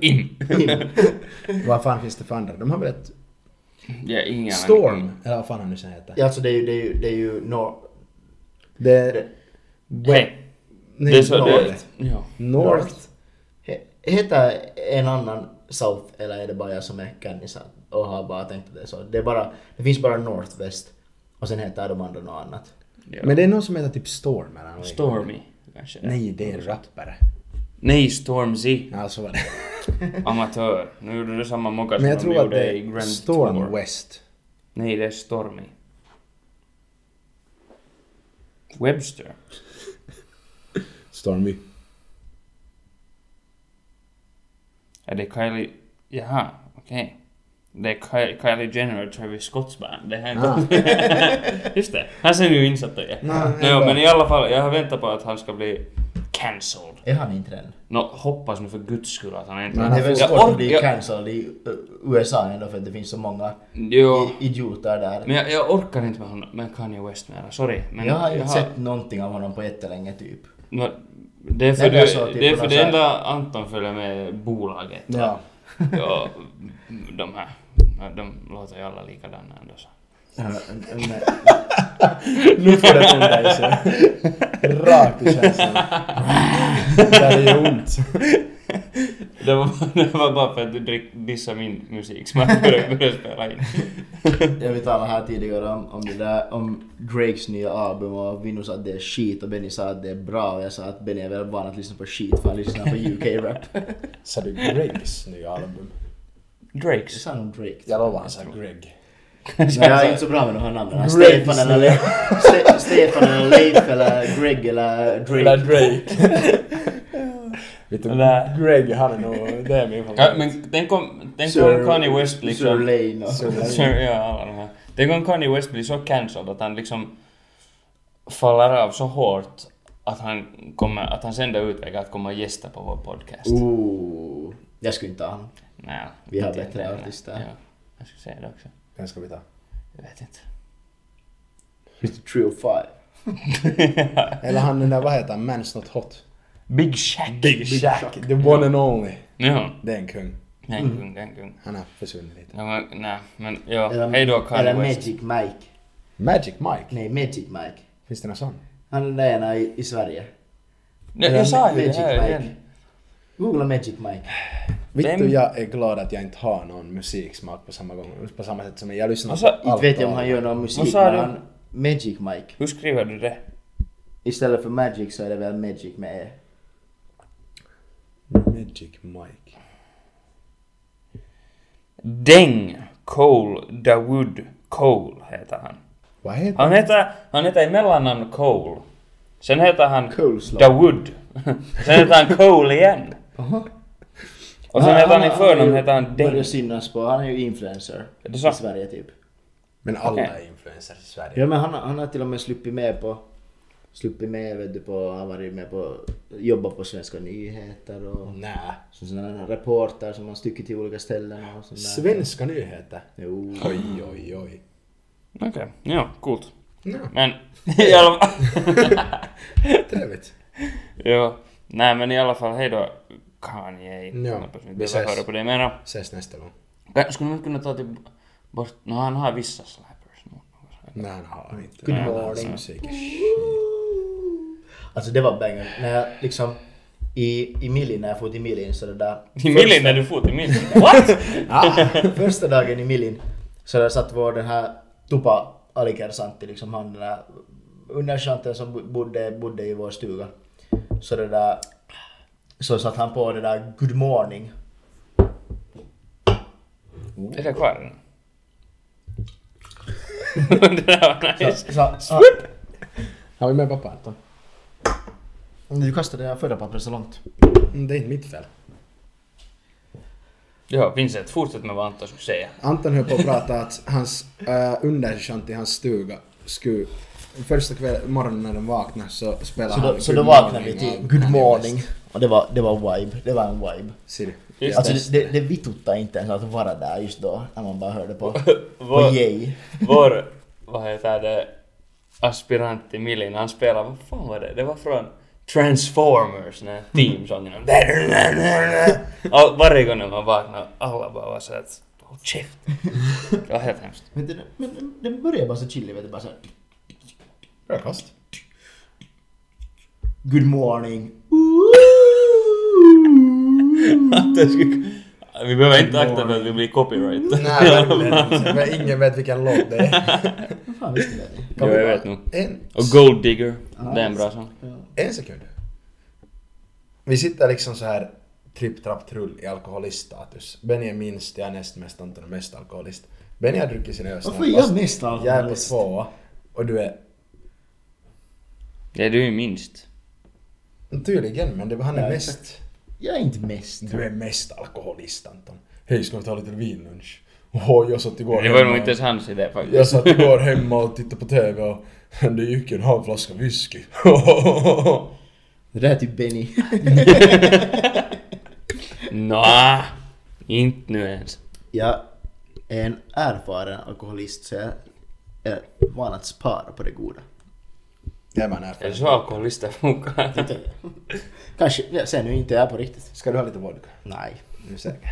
In! Vad fan finns det för andra? De har väl ett Ja, ingen Storm, eller vad fan han nu sen heter. Ja, alltså det är ju, det är ju, det är ju nor- Det är... Hej! Nej, det är så... north. Det, ja. north. he, Heter en annan South eller är det bara jag som är kändis och har bara tänkt att det är så? Det, är bara, det finns bara North, West och sen heter de andra något annat. ja. Men det är någon som heter typ Storm eller något Stormy, kanske. Nej, det är en rappare. Nej, Stormzy. Ja, så var det. Amatör. Nu gjorde du samma mocka som Men jag de tror att gjorde det i är Grand Storm Tour. West. Nej, det är Stormy. Webster. Stormy. Är det Kylie... Jaha, okej. Det är Ky- Kylie Jenner och Travis Scotts band. Det här Ah. Just det. Här ser ni ju insatta ut. Nej, Nej, ändå. men i alla fall, jag har väntat på att han ska bli cancelled. Är han inte den? Nå, hoppas nu för guds skull att han inte... Men det är väl Jag svårt att ork- bli jag- cancelled i eh, USA ändå för att det finns så många Jo. i- idioter där. Men jag, jag orkar inte med, honom, med Kanye West mera, sorry. Men jag har inte sett någonting av honom på jättelänge typ. Nå, det är för, Nej, men jag du, sa typ det, är på för någon det så här- enda Anton följer med bolaget. Ja. Ja, de här. De låter ju alla likadana ändå så. Ja, men- Nu får det ont där i sig. Rakt i känslan. det är ont. Det var, det var bara för att du drick, dissade min musik som jag började, började spela in. Jag vill tala här tidigare om, om det där, om Drakes nya album och Vinno sa att det är skit och Benny sa att det är bra och jag sa att Benny är väl van att lyssna på skit för han lyssnar på UK-rap. Sa du Gregs nya album? Jag Drakes. sa nog Drake. Jag lovar han sa Greg. Men jag är inte så bra med de här namnen. här. Drakes. Stefan eller Leif, Ste- Stefan eller Leif eller Greg eller Eller Drake. Drake. Vet du, Nej. Greg han är nog... Det är min Ja, favorit. men tänk om, tänk Sir- om Kanye West Sir liksom... Lane och... Sir- Sir, ja, alla de här. Tänk om Kanye West blir så cancelled att han liksom faller av så hårt att han, kommer, att han sen då utvägar att komma och gästa på vår podcast. Ooh. Jag skulle inte ha honom. Nej, Oh. Vi har inte bättre egentligen. artister. Ja, jag skulle säga det också. Vem ska vi ta? Jag vet inte. Mr. Trio 5. Eller han den där, vad heter han? Man's Not Hot. Big Shack! Big Shaq. The one and only. Ja, Det är en kung. nej, Mm. en kung, en kung. Han har försvunnit lite. Ja, men, nej, men ja, Eller- hej då Kanye Eller West. Magic Mike. Magic Mike. Nej, Magic Mike. Finns det någon sån? Han är den ena i, i Sverige. Nej, Eller jag sa ju det Magic här Mike. igen. Googla Magic Mike. Vittu, Vem- jag är glad att jag inte har någon musiksmak på samma gång. På samma sätt som jag lyssnar Alltså, inte Inte vet jag om annat. han gör någon musik, Vad sa men du? han... Magic Mike. Hur skriver du det? Istället för Magic så är det väl Magic med E. Magic Mike. Deng Cole Dawood Cole heter han. Vad heter Han heter, han heter i mellannamn Cole. Sen heter han Coleslaw. Dawood. Sen heter han Cole igen. Och Ah, sen heter han i Ah. förnamn heter han Börjar Deng. synas på, han är ju influencer. Är det så? I Sverige typ. Men alla Okej. är influencers i Sverige. Ja men han, han har till och med sluppit med på... Sluppit med vet du på, han har varit med på... Jobbat på Svenska nyheter och... Nä. Som sådana här reporter som man stycker till olika ställen och sånt där. Svenska nyheter. Jo. Oj, oj, oj. Okej, ja, coolt. Ja. Men i alla fall... Trevligt. Jo, nej men i alla fall hej då Kanye. Ja, Hoppas ni inte precis. behöver höra på det mera. Ses nästa gång. Skulle man kunna ta till bort... No, han har vissa slappers nu. Nej, han har inte. Good Nej, morning. hans musik är shit. Alltså det var banger. När jag liksom... I, i Milin, när jag for till Milin så det där... Till Millin när du får till Millin. What? Första dagen i Milin så där satt vår den här Tupa Alikersanti, liksom han den där undershanten som bo- bodde, bodde i vår stuga. Så det där... Så satt han på det där Good morning. Är det kvar? det där var Så, nice. så, så, Har vi med pappa Anton? du kastade det här förra pappret så långt. Mm, Det är inte mitt fel. Ja, Vincent, fortsätt med vad Anton skulle säga. Anton höll på att prata att hans äh, underkänt i hans stuga skulle... Första kväll, morgonen när de vaknade så spelade Så han då, så Ah, Good då vaknade vi Morning till av Good Kanye morning. West. Och det var, det var vibe. Det var en vibe. Ser du? Just Alltså det, det, det vitutta inte ens att vara där just då, när man bara hörde på, på Vad- Yay. Vår, vad heter det, aspirant till Millin, han spelar, vad fan var det? Det var från Transformers, den här teamsången. Och varje gång när man vaknar, alla bara var så att håll käften. Det var helt hemskt. Men den, men den- den börjar bara så chillig, vet du, bara så här, Bra kast. Good morning. Anton skulle- Vi behöver inte akta för att vi blir copyright. Nej, verkligen. Men ingen vet vilken låt det är. Vad fan visste ni det? Jo, jag vet nog. En, Och Gold Digger, det är en bra sång. en sekund. Vi sitter liksom så här tripp, trapp, trull i alkoholiststatus. Benny är minst, jag är näst mest, Anton är mest alkoholist. Benny har druckit sin öl Varför är jag mest Jag är på alkoholist? två och du är Ja, du är ju minst. Tydligen, men det var han är Nej. mest. Jag är inte mest. Du är mest alkoholist Anton. Hej, ska vi ta lite vinlunch? Åh, jag satt igår Det var nog hemma- inte ens hans idé faktiskt. Jag satt igår hemma och tittade på TV och det gick en halv flaska whisky. Det där är typ Benny. Nja, inte nu ens. Jag är en erfaren alkoholist så jag är van att spara på det goda. Det man är Är det för. så alkoholister funkar? Kanske, jag ser nu inte jag på riktigt. Ska du ha lite vodka? Nej. Nu säkert.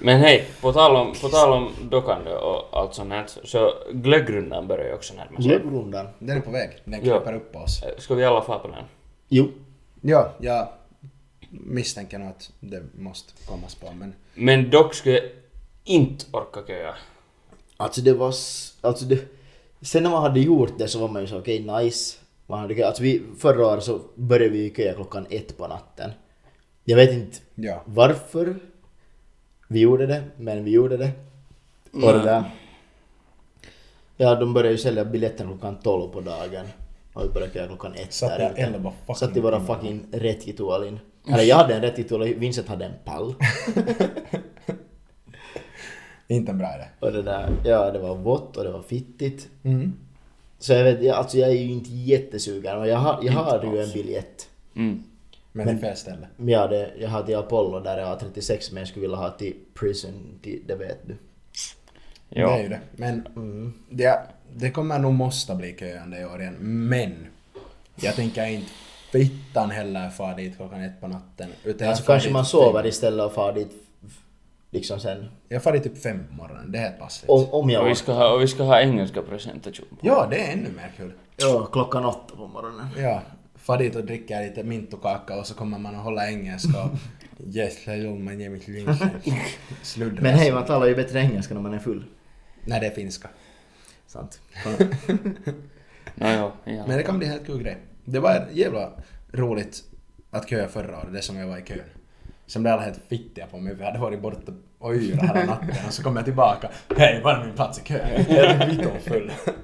Men hej, på tal om, på tal om dockande och allt sånt här, så glöggrundan börjar ju också närma sig. Glöggrundan. Den är på väg. Den Ja. kryper upp på oss. Ska vi alla få på den? Jo. Ja, jag misstänker nog att det måste kommas på men... Men dock skulle jag inte orka köa. Alltså det var... s- Alltså det, sen när man hade gjort det så var man ju så okej, nice. Man hade, kö- alltså vi, förra året så började vi ju köa klockan ett på natten. Jag vet inte Ja. varför vi gjorde det, men vi gjorde det. Och det där. Ja, de började ju sälja biljetten klockan 12 på dagen. Och vi började köa klockan ett Satt där ute. elva fucking Satt i våra fucking rättitualin. Eller jag hade en rättitual och Vincent hade en pall. Inte en bra idé. Och det där, ja det var vått och det var fittigt. Mm. Så jag vet, jag, alltså jag är ju inte jättesugen och jag har, jag har ju en biljett. Mm. Men, men det är fel ställe. Men jag, hade, jag har till Apollo där jag har 36 men jag skulle vilja ha till Prison, till, det vet du. Jo. Det är ju det. Men det, det kommer nog måste bli köande i år igen. Men jag tänker inte fittan heller fara dit klockan ett på natten. Utan alltså far kanske dit typ- man sover fem. istället och far dit f- liksom sen. Jag far dit typ fem på morgonen. Det är helt passligt. Om, om jag Och vi orkar. ska ha, och vi ska ha engelska presentation. Ja, det är ännu mer kul. Ja, klockan åtta på morgonen. Ja, Far dit och dricka lite mintokaka och så kommer man att hålla engelska och Yes, lommen ger mitt vinkel. Sluddra. Men hej, man talar ju bättre engelska när man är full. Nej, det är finska. Sant. Fan. No, jo, ja. Men det kan bli en helt kul grej. Det var jävla roligt att köa förra året, det som jag var i kön. Sen blev alla helt fittiga på mig, vi hade varit borta och yrat hela natten och så kom jag tillbaka. Hej, var är min plats i kön? Helt vittonfull.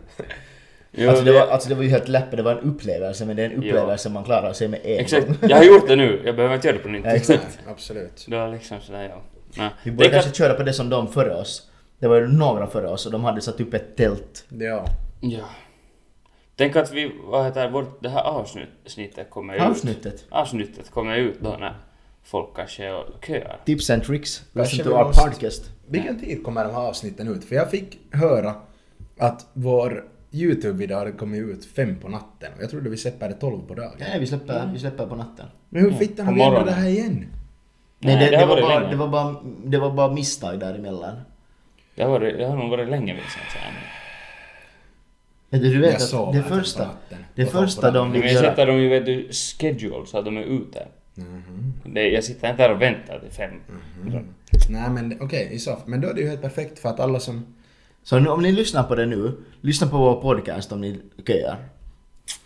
Jo, Alltså det, det- var, alltså det var ju helt läppe, det var en upplevelse men det är en upplevelse man klarar sig med en Exakt, gång. jag har gjort det nu. Jag behöver inte göra det på nytt. Ja, exakt. Absolut. Det var liksom sådär, ja. ja. Vi borde Det kan- kanske köra på det som de före oss. Det var ju några före oss och de hade satt upp ett tält. Ja. Ja. Tänk att vi, vad heter vårt, det här avsnittet kommer ut. Avsnittet. Avsnittet kommer ut då när folk kanske är- köar. Tips and tricks. Kanske Listen to vi our måste- podcast. Vilken tid kommer de här avsnitten ut? För jag fick höra att vår YouTube-video hade kommit ut fem på natten och jag trodde vi släppte tolv på dagen. Nej, vi släpper, vi släpper på natten. Men hur fittan har Mm, på vi ändrat det morgonen. här igen? Nej, det, det, har var varit bara, länge. det, var bara, det var bara misstag däremellan. Det har, varit, det har nog varit länge liksom. Så här. Men du Jag vet sov att det här på första, natten. det Och så på första de dagen. Men vill jag göra... sätter dem ju vet du, schedule så att de är ute. Mhm. Det, jag sitter inte där och väntar till fem. Mhm. Nej men okej, i så fall. Men då är det ju helt perfekt för att alla som... Så nu, om ni lyssnar på det nu, lyssna på vår podcast om ni köar.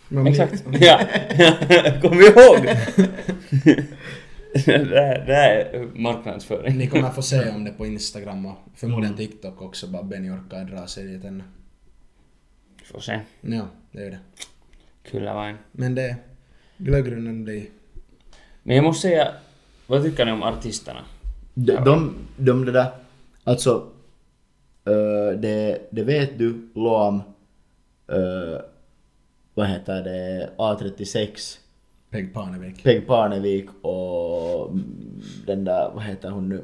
Men Exakt. Ja. Kom ihåg! det, här, det här är marknadsföring. Ni kommer få se om det på Instagram och förmodligen Mm. TikTok också, bara Benny orkar dra sig dit ännu. Vi får se. Ja, det är det. Kyllä vain. Men det... Glöggrunden blir... Men jag måste säga, vad tycker ni om artisterna? De, de, de det där, alltså, eh, det, det vet du, Loam, eh, vad heter det, A36, Peg Parnevik. Peg Parnevik och mm, den där, vad heter hon nu?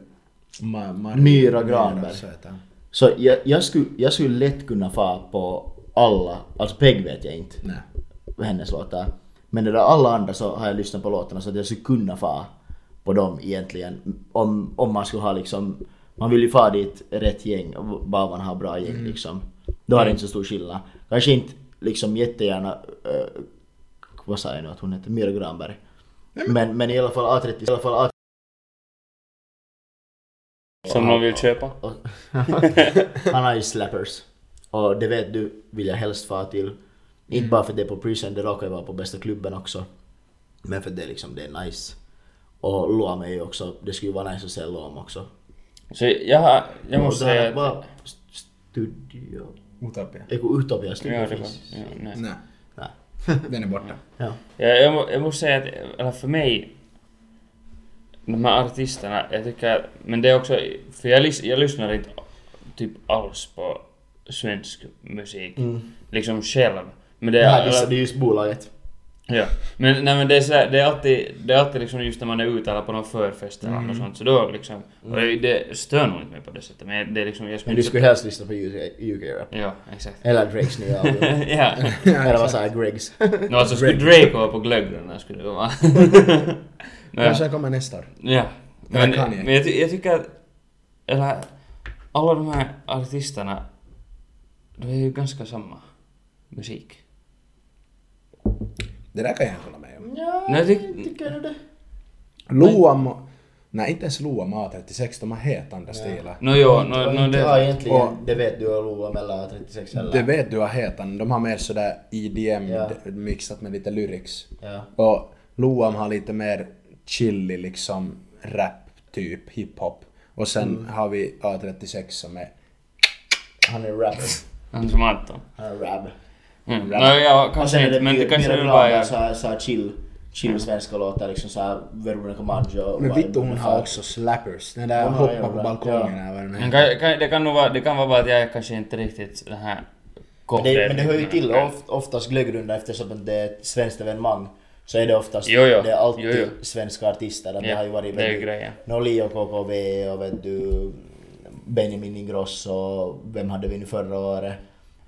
Ma- Mar- Myra Granberg. så heter han. Så jag, jag, skulle, jag skulle lätt kunna få på alla, alltså Peg vet jag inte, Nej. hennes låtar. Men det där alla andra så har jag lyssnat på låtarna så att jag skulle kunna få på dem egentligen. Om, om man skulle ha liksom, man vill ju få dit rätt gäng, bara man har bra gäng liksom. Då har det inte så stor skillnad. Kanske inte liksom jättegärna, eh, vad sa jag nu att hon heter, Myra Granberg. Men, men i alla fall A30, i alla fall A30 Som någon vill köpa? Och- Han har ju slappers. Och det vet du, vill jag helst få till. Mm. Inte bara för det är på prison, det råkar ju vara på bästa klubben också. Men för det är liksom, det är nice. Och Loam är ju också, det skulle ju vara nice att se Loam också. Så jag, har- jag måste Och det här säga är att... bara st- Studio... Otapia. Eko Utopia Ja, studio det var, finns. ja, nej. Nej, Nej. den är borta. Ja. Ja, jag, må- jag måste säga att, eller för mig, de här artisterna, jag tycker att- men det är också, för jag, lys, jag lyssnar inte typ alls på svensk musik, Mm. liksom själv. Men det Det är, här dissade just bolaget. ja. men, nej, men det är så här, det är alltid, det är alltid liksom just när man är ute eller på någon förfest Mm. eller något sånt, så då liksom, och det, det stör nog inte mig på det sättet, men det är liksom, jag Men du skulle skulle helst lyssna på UK-rap. Ja, exakt. Eller Drakes nya album. ja. Eller vad sa jag? Gregs. No, alltså skulle Drake vara på glöggrunna skulle det vara. Nej. Kanske kommer nästa år. Ja. Eller Men, Kanye. men jag, ty- jag tycker att... Eller, alla de här artisterna, de är ju ganska samma musik. Det där kan jag hålla med om. Ja, Nej, det- tycker du det? Loam och... Nej, inte ens Loam A36, de har helt andra stilar. No jo, no, Och no, inte- Ja, det... egentligen. Och- Det vet du och Loam eller 36 eller... Det vet du vad hetan, de har mer sådär EDM Ja. d- mixat med lite lyrics. Ja. Och Loam har lite mer chillig liksom rap typ, hiphop. Och sen har vi A36 som är... Han är rap. Han som Anton. Han är rap. Mm. No, ja, Alltså, kanske inte, men det kanske är bara jag... Mm. Så här, så här chill. Chill svenska låtar liksom såhär Veronica Maggio. Men Vittu hon har också slappers. Den där Hon har hoppar jävla- på balkongen ja. eller vad den Men heter. kan, kan, det kan nog vara, det kan vara bara att jag kanske inte riktigt den här... Det, men det hör ju till oft, oftast glöggrunda eftersom det är ett svenskt evenemang. Så är det oftast, Jo, jo. det är alltid Jo, jo. svenska artister. att Det Ja, har ju varit det är vet ju du, grejen. Nolio KKV och vet du Benjamin Ingrosso. Vem hade vi nu förra året?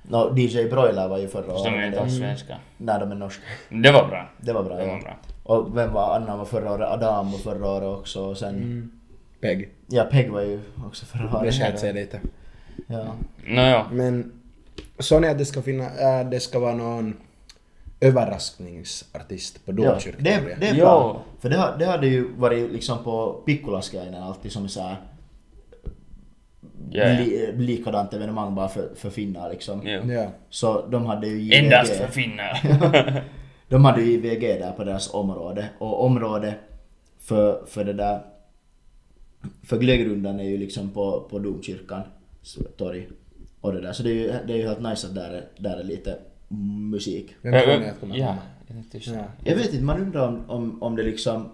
No, DJ Broiler var ju förra Fast de är ju året. Mm. inte alls svenska. Nej, de är norska. Det var bra. Det var bra. Det var Ja. bra. Och vem var Anna var förra året? Adam var förra året också. Och sen, Peg. Ja, Peg var ju också förra Det året. sket sig lite. Ja. No, jo. eh, Men sa ni att det ska, finna, äh, det ska vara någon överraskningsartist på Ja, domkyrkan. det, det är Jo. bra. För det, har- det hade ju varit liksom på Piccolas-grejerna alltid som är såhär Ja, ja. li, likadant evenemang bara för, för finnar liksom. Jo. Ja. Så de hade ju IVG. Endast för finnar. De hade ju IVG där på deras område och område för, för det där för glögrundan är ju liksom på, på domkyrkans torg och det där. Så det är ju, det är ju helt nice att där är, där är lite musik. Vem tror ni att kommer ja, komma? jag tänkte just det. Jag vet inte, man undrar om, om, om det liksom...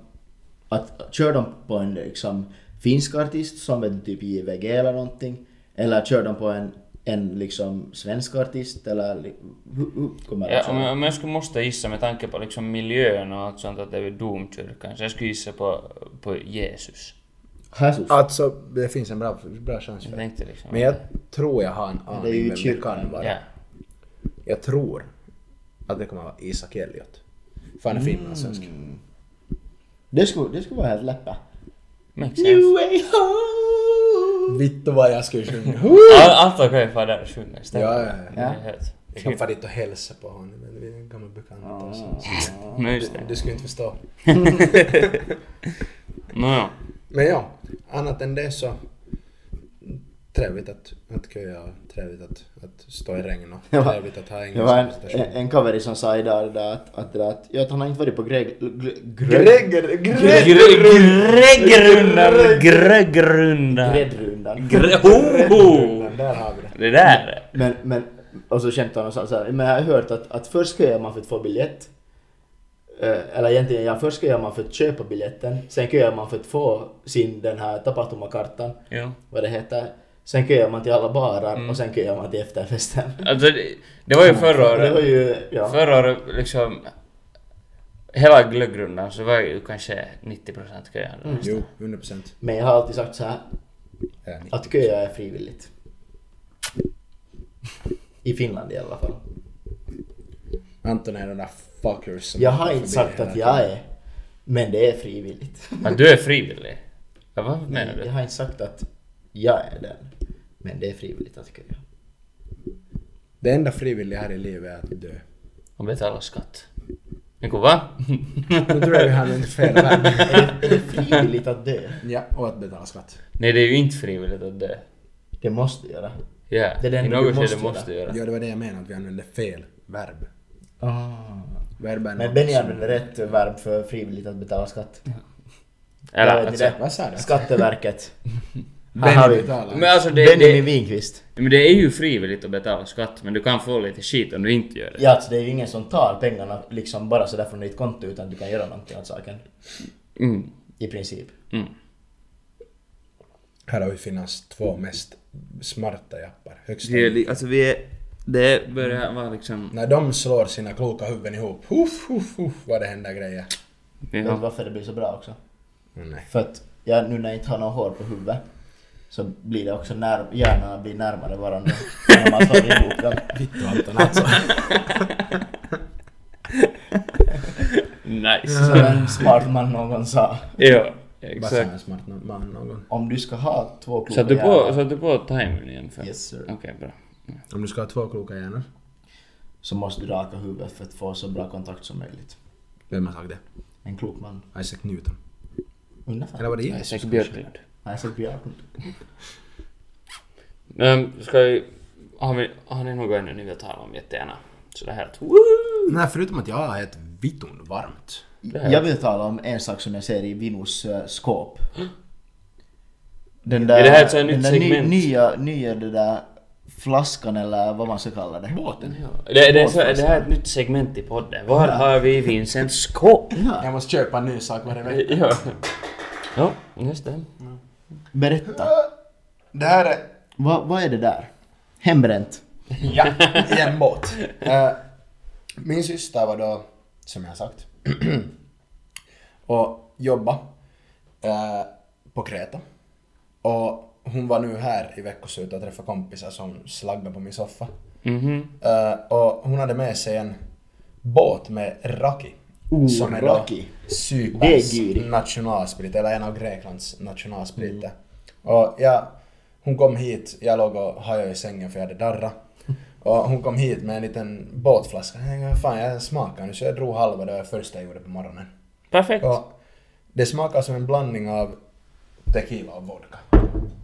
Att, att kör de på en liksom finsk artist som vet inte, typ JVG eller någonting? Eller kör de på en, en liksom svensk artist eller li- hur, hur kommer det Ja, om, jag, att om jag skulle måste gissa med tanke på liksom miljön och allt sånt att det är vid domkyrkan så jag skulle gissa på, på Jesus. Jesus. Alltså, det finns en bra, bra chans för Jag det. tänkte liksom... Men jag tror jag har en aning det är ju vem det kyrkan. kan vara. Ja. Jag tror att det kommer vara Isak Elliot. För han är finlandssvensk. Mm. Det skulle, det skulle vara helt läppa. Makes New sense. way home! Vittu vad jag skulle sjunga. Al- Allt okej för där och sjunger istället. Ja, ja, ja. Det är helt- Jag kan fara dit och hälsa på honom. Men vi är en gammal bekant. Ah. och sånt. Men just Du, det. du skulle inte förstå. Nåja. Men ja, annat än det så. Trevligt att, att köa och trevligt att, att stå i regn och Ja. trevligt att ha Det var en, engelsk en, presentation. en coverie som sa idag det där att, att, det där att, ja, att han har inte varit på Greg... Gre- Greg... Greger! Greggrundan! Greggrundan! Gredrundan. Gre- Hoho! Där har vi det. Det där! Men, men, och så skämtade han och sa så här, men jag har hört att, att först köar man för att få biljett. Eh, Eller egentligen, ja, först köar man för att köpa biljetten, sen köar man för att få sin den här tapahtumakartan, Jo. vad det heter. Sen köar man till alla barer och sen köar man till efterfesten. Alltså, det- det var ju förra Det var året. ju, ja. Förra året liksom... Hela glöggrundan så var ju kanske 90% köande. Mm. Jo, 100 procent. Men jag har alltid sagt så här, att köa är frivilligt. I Finland i alla fall. Anton är den där fuckers som Jag har går inte förbi sagt hela att tiden. jag är, men det är frivilligt. Att du är frivillig? Ja, vad menar Nej, jag du? har inte sagt att jag är den. Men det är frivilligt att köa. Det enda frivilliga här i livet är att dö. Och betala skatt. Niinku va? Nu tror jag vi hamnar inte fel värld. Är det, är det frivilligt att dö? Ja, och att betala skatt. Nej, det är ju inte frivilligt att dö. Det måste jag göra. Ja, Det är det i enda något du skede måste måste du göra. Ja, det var det jag menade, att vi använde fel verb. Ah. Verb är Men något Benny som- använder rätt verb för frivilligt att betala skatt. Eller, Jag vet alltså, inte Vad sa du? Skatteverket. Här har Benny vi- betalar. men alltså det, Benjamin det, Winqvist. men det är ju frivilligt att betala skatt, men du kan få lite skit om du inte gör det. Ja, alltså det är ju ingen som tar pengarna liksom bara sådär från ditt konto utan du kan göra någonting åt saken. Mm. I princip. Mm. Här har vi Finlands två mest smarta jappar. Högsta. Det, är li- alltså, vi är, det börjar vara liksom... När de slår sina kloka huvuden ihop, huff, huff, huff, vad det händer grejer. Vi Vet du har, varför det blir så bra också? Men nej. För att jag, nu när jag inte har något hår på huvudet så blir det också när, hjärnan blir närmare varandra när man slår ihop dem. Vittu Anton alltså. nice. Som en smart man någon sa. ja, Vad sa exakt. en smart no- man någon gång? Om du ska ha två kloka Satt du på, hjärnor- satt du på timern igen? För? Yes sir. Okej, bra. Om du ska ha två kloka hjärnor. Så måste du raka huvudet för att få så bra kontakt som möjligt. Vem har sagt det? En klok man. Isaac Newton. Ungefär. Eller var det Jesus? Isaac Björklund. Nej, så blir jag klok. Um, ska vi... Har, vi, har ni något ännu ni vill tala om jättegärna? Så det här... Woo! Nej, förutom att jag har ett vittun varmt. här- Jag vill tala om en sak som jag ser i Vinos eh, skåp. Den Är det här ett sånt här den nytt där ny, segment? nya, nya det där flaskan eller vad man ska kalla det. Båten. Det, det, är så, det här är ett nytt segment i podden. Var har vi Vincents skåp? Ja, Jag måste köpa en ny sak varje vecka. Ja, ja just det. berätta. Det här är Vad vad är det där? Hembränt. Ja, i en båt. Eh, Min syster var då, som jag har sagt, och jobba eh, på Kreta. Och hon var nu här i veckoslutet och träffade kompisar som slaggade på min soffa. Eh, och hon hade med sig en båt med raki. Oh, som är raki. då Det Cyperns är guri. nationalsprit, eller en av Greklands nationalspriter. Och jag, hon kom hit, jag låg och hajade i sängen för jag hade darrat. Och hon kom hit med en liten båtflaska. Jag tänkte, "Vad fan jag smakar nu. Så jag drog halva, det var det första jag gjorde på morgonen. Perfekt. Ja. Och det smakar som en blandning av tequila och vodka.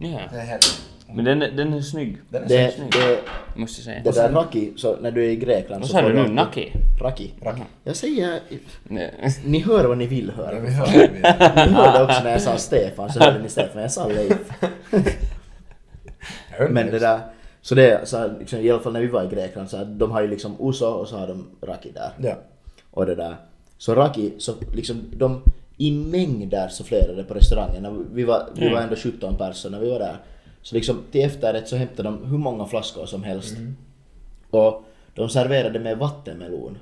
Det är helt... Men den, är- den är snygg, Den är Det, det... det, måste jag säga. det där raki, så när du är i Grekland Vad så sa får du du nu? alltid- Naki? Raki. Raki. Jag säger... Nej. Ni hör vad ni vill höra. Vi hör det. vi- Ni hörde också när jag sa Stefan så hörde ni Stefan, jag sa Leif. jag undrar Men det just- där, så det är så här, liksom, i alla fall när vi var i Grekland så här, de har ju liksom Ouzo och så har de Raki där. Ja. Och det där. Så Raki, så liksom de i mängder så flödade det på restaurangen. När vi var, vi Mm. var ändå 17 personer när vi var där. Så liksom till efterrätt så hämtade de hur många flaskor som helst. Mm. Och de serverade med vattenmelon.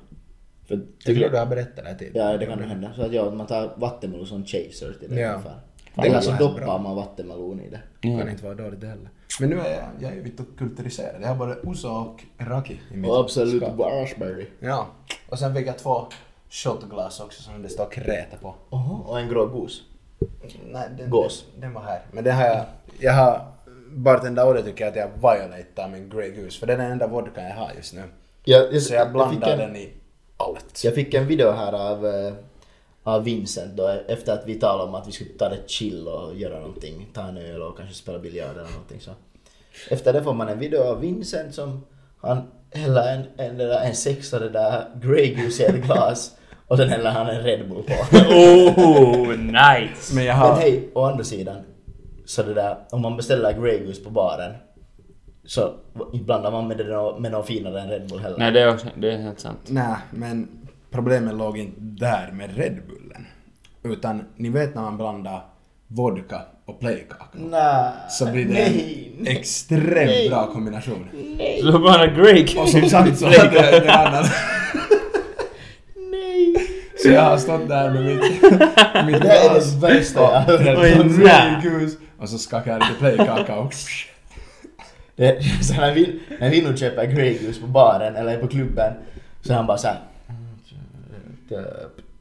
För, typ- Jag tror du har berättat det här tidigare. Ja, det kan nog hända. Så att ja, man tar vattenmelon som chaser till det Ja. ungefär. Det Eller låter så helt doppar bra. man vattenmelon i det. Det kan inte vara dåligt heller. Men nu är jag, jag är ju vitt och kulturiserad. Jag har både ouzo och raki i mitt Och absolut skåp. raspberry. Ja. Och sen fick jag två shotglas också som det står Kreta på. Oho, och en grå gos. Nej, den, Gås. Den, den var här. Men det har jag... Jag har... Bartendarådet tycker jag att jag violatar min Grey Goose. För det är den enda vodka jag har just nu. Jag, jag, Så jag fick blandar en, den i allt. Jag fick en video här av, eh, av Vincent då, efter att vi talade om att vi skulle ta det chill och göra någonting. Ta en öl och kanske spela biljard eller någonting. Så. Efter det får man en video av Vincent som han häller en, en, en, en sexa det där Grey Goose i ett glas och sen häller han en Red Bull på. Oh, nice! Men jag Men har... hej, å andra sidan. Så det där, om man beställer Grey Goose på baren. Så blandar man med det nå- med något finare än Red Bull heller. Nej, det är, också, det är helt sant. Nej, men problemet låg inte där med Red Bullen. Utan ni vet när man blandar vodka och plöjkaka. Nej. Så blir det nej, en extremt bra kombination. nej, Så bara Greg! Och som sagt så hade jag en annan. nej. Så jag har stått där med mitt, mitt Det här är glas det värsta jag har hört. och en Oj, Grey nä. Goose. Och så skakar jag lite plöjkaka och... Det, så när vi, när vi nu köper Grey Goose på baren eller på klubben. Så "Mm, han bara såhär.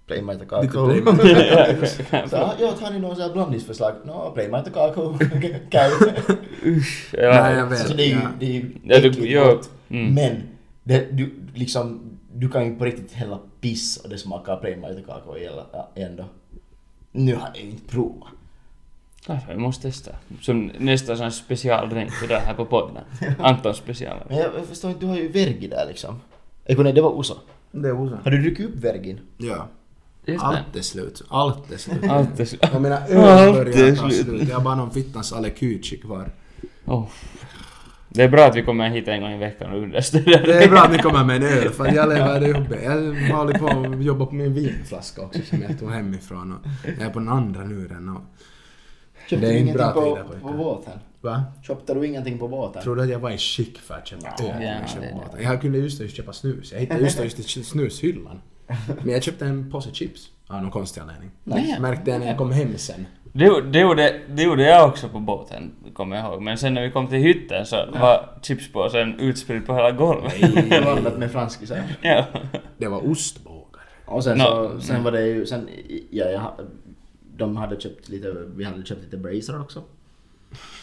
Playmate och kakao. Lite Så, "Ah, Ja, tar ni någon sån här blandningsförslag? Nå, playmate och kakao. Okej. Nej, jag Så vet. det är ju, ja. det är ju Ja, du- äckligt ja, gott. mm. Men det, du, liksom, du kan ju på riktigt hälla piss och det smakar premaritekakao i alla- ja, ändå. Nu har jag ju inte provat. Kanske vi måste testa. Som nästa sån specialdrink till det här på podden. Antons specialare. Men jag, jag förstår inte, du har ju vergi där liksom. Eko, nej, det var Osa. Det är osant. Har du druckit upp vergin? Ja. Just det. Allt är slut. Allt är slut. Allt är slut. Och mina öl Allt är börjar ta slut. slut. Jag har bara någon fittans alekychi kvar. Oh. Det är bra att vi kommer hit en gång i veckan och understöder Det är bra att ni kommer med en öl, för jag lever det uppe. Jag håller på att jobba på min vinflaska också som jag tog hemifrån. Och jag är på den andra nu redan. och- Köpte Det är du en bra ingenting på, tid där, på pojkar. båten? Va? Köpte du ingenting på båten? Tror du att jag var i skick för att köpa öl? när jag, ja, köpte det- mat? jag kunde just det köpa snus. Jag hittade just det just i snushyllan. Men jag köpte en påse chips av någon konstig anledning. Nej. Märkte jag när jag kom hem sen. Det, gjorde- det, gjorde, det gjorde jag också på båten, kommer jag ihåg. Men sen när vi kom till hytten så var chipspåsen utspridd på hela golvet. Blandat med franskisar. ja. Det var ostbågar. Och sen, Nå. så, sen var det ju, sen, ja, jag, ha- de hade köpt lite, vi hade köpt lite bracer också.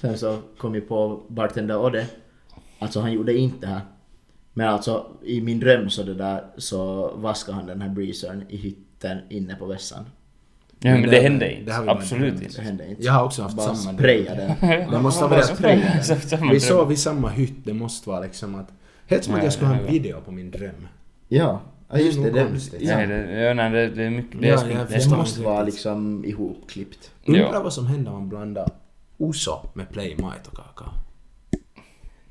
Sen så kom vi på bartender Odde. Alltså han gjorde inte det här. Men alltså i min dröm så det där så vaskade han den här breezern i hytten inne på vässan. ja men det- det hände det inte. har vi Absolut bara- Det inte. hände inte. Jag har också haft Bara samma... spraya den. Jag måste ha Bara varit spraya. exakt samma Vi dröm. sov i samma hytt. Det måste vara liksom att... Helt som att jag skulle ha en video på min dröm. Ja, ja just Det det. är nog Det, konstigt. Ja, det, ja, nej, det, det är mycket... Det är Ja, skumt. jag det är förstår. det skumt. måste vara liksom ihopklippt. Undrar Ja. vad som händer om man blandar ouzo med playmate och kakao.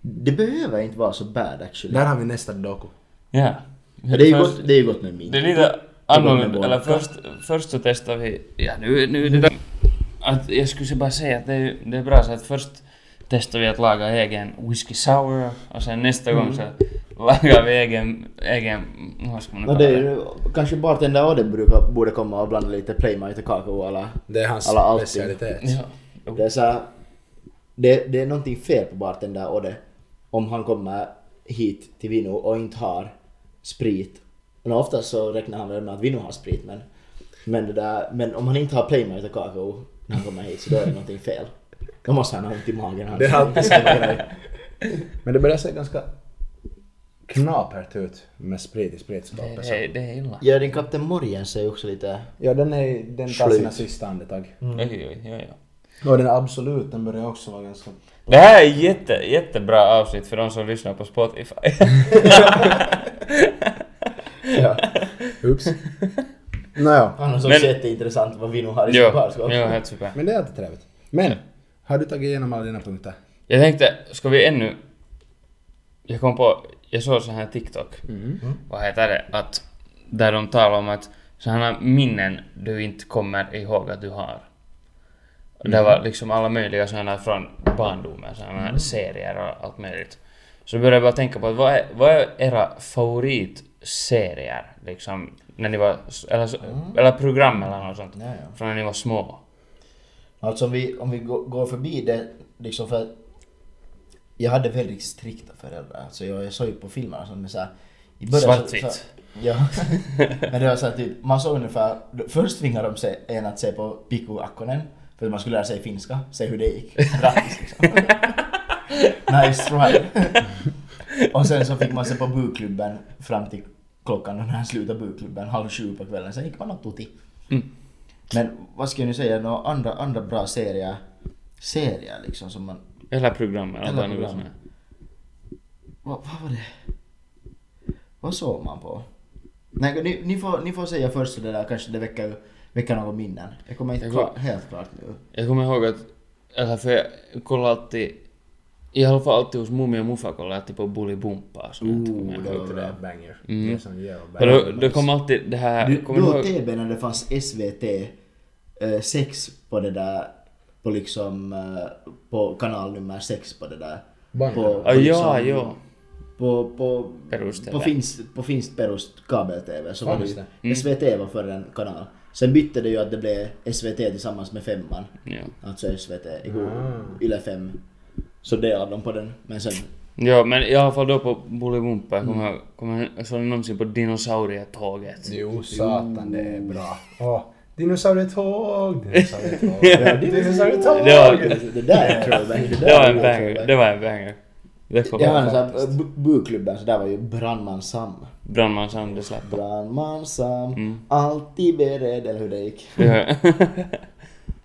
Det behöver inte vara så bad actually. Där har vi nästa doku. Ja. Ja, Det är ju Först- gott, det är ju gott med mint. Det är lite Jag går med annorlunda. Eller båda. först, först så testar vi... Ja, nu, nu är det där. Mm. Att jag skulle bara säga att det är, det är bra så att först testar vi att laga egen whisky sour och sen nästa Mm. gång så lagar vi egen... egen vad ska man nu No, kalla det är det? ju, kanske bartender Odde brukar, borde komma och blanda lite playmate och kakao alla. Det är hans Alla allting. specialitet. Ja. Det är så här, det, det är någonting fel på bartender Odde om han kommer hit till Vino och inte har sprit. Men oftast så räknar han väl med att Vino har sprit men, men, det där, men om han inte har playmate och kakao när han kommer hit så då är det någonting fel. Då måste han ha ont i magen. Det är Alltså. alltid samma grej. Men det börjar se ganska knapert ut med sprit i Det, spritskåpet. så- det, det är illa. Ja, din kapten Morjens är också lite... Ja, den, är, den tar Slut. sina sista andetag. Mm. Oj, oj, oj, oj. Och den absolut, den börjar också vara ganska... Det här är jätte, jättebra avsnitt för de som lyssnar på Spotify. Ja. Oops. Nåja, Annars också Men- jätteintressant vad vi nu har i jo, barskap. jo, helt super. men det är alltid trevligt. Men, har du tagit igenom alla dina punkter? Jag tänkte, ska vi ännu... Jag kom på, jag såg så här TikTok. Mm. Vad heter det? Att, där de talar om att sådana minnen du inte kommer ihåg att du har. Och Det Mm. var liksom alla möjliga sådana från barndomen, sådana serier och allt möjligt. Så började jag bara tänka på att vad är, vad är era favoritserier? Liksom, när ni var, eller, så- eller program eller något sånt. Mm. Ja, ja. Från när ni var små. Alltså om vi, om vi gå- går förbi det, liksom för att jag hade väldigt strikta föräldrar. Alltså jag, jag såg ju på filmerna som är såhär... i början så- Svartvitt. så- Ja. Men det var såhär typ, man såg ungefär... Först tvingade de sig, en att se på Pikku Akkonen. För att man skulle lära sig finska, se hur det gick. Grattis liksom. Nice try. Och sen så fick man se på bukklubben fram till klockan när den slutade bukklubben, halv sju på kvällen. Sen gick man och tutti. Men vad ska jag nu säga, några andra, andra bra serier, serier liksom som man... Eller program eller, Eller eller något program. sånt. här. Vad, vad var det? Vad såg man på? Nej, ni, ni, får, ni får säga först så det där kanske det väcker, väcker några minnen. Jag kommer inte Jag kla- helt klart nu. Jag kommer ihåg att, eller för jag kollade alltid, i alla fall alltid hos mummi och muffa kollade jag alltid på Bolibompa och sånt. kommer jag det ihåg. var Det bra. är banger. Mm. Det är sån jävla Och banger. då, då kom alltid det här, Du, kommer då du ihåg? TV när det fanns SVT 6 eh, på det där, på liksom, eh, på kanal nummer 6 på det där. Bang. På, på Ah, ja, ja. På, på, Perus-TV. på finst, på finst perust kabel-tv så var Ja, det just ju, Mm. SVT var förr en kanal. Sen bytte det ju att det blev SVT tillsammans med femman. Ja. Alltså SVT, igår, Yle 5. Så delade de på den. Men sen, ja, men i alla fall då på Bolibompa, jag kommer ihåg, kommer jag- såg ni någonsin på Dinosaurietåget? Jo, satan det är bra. Åh, dinosaurietåg! Dinosaurietåg! dinosaurietåg! Det var, det där är en throwback. där det var är en banger, det var en banger. Det kom Det var en sån här eh, bu- bukklubben, så där var ju Brandman Sam. Brandman Sande släppte. Brandman Sam, Mm. alltid beredd, eller hur det gick.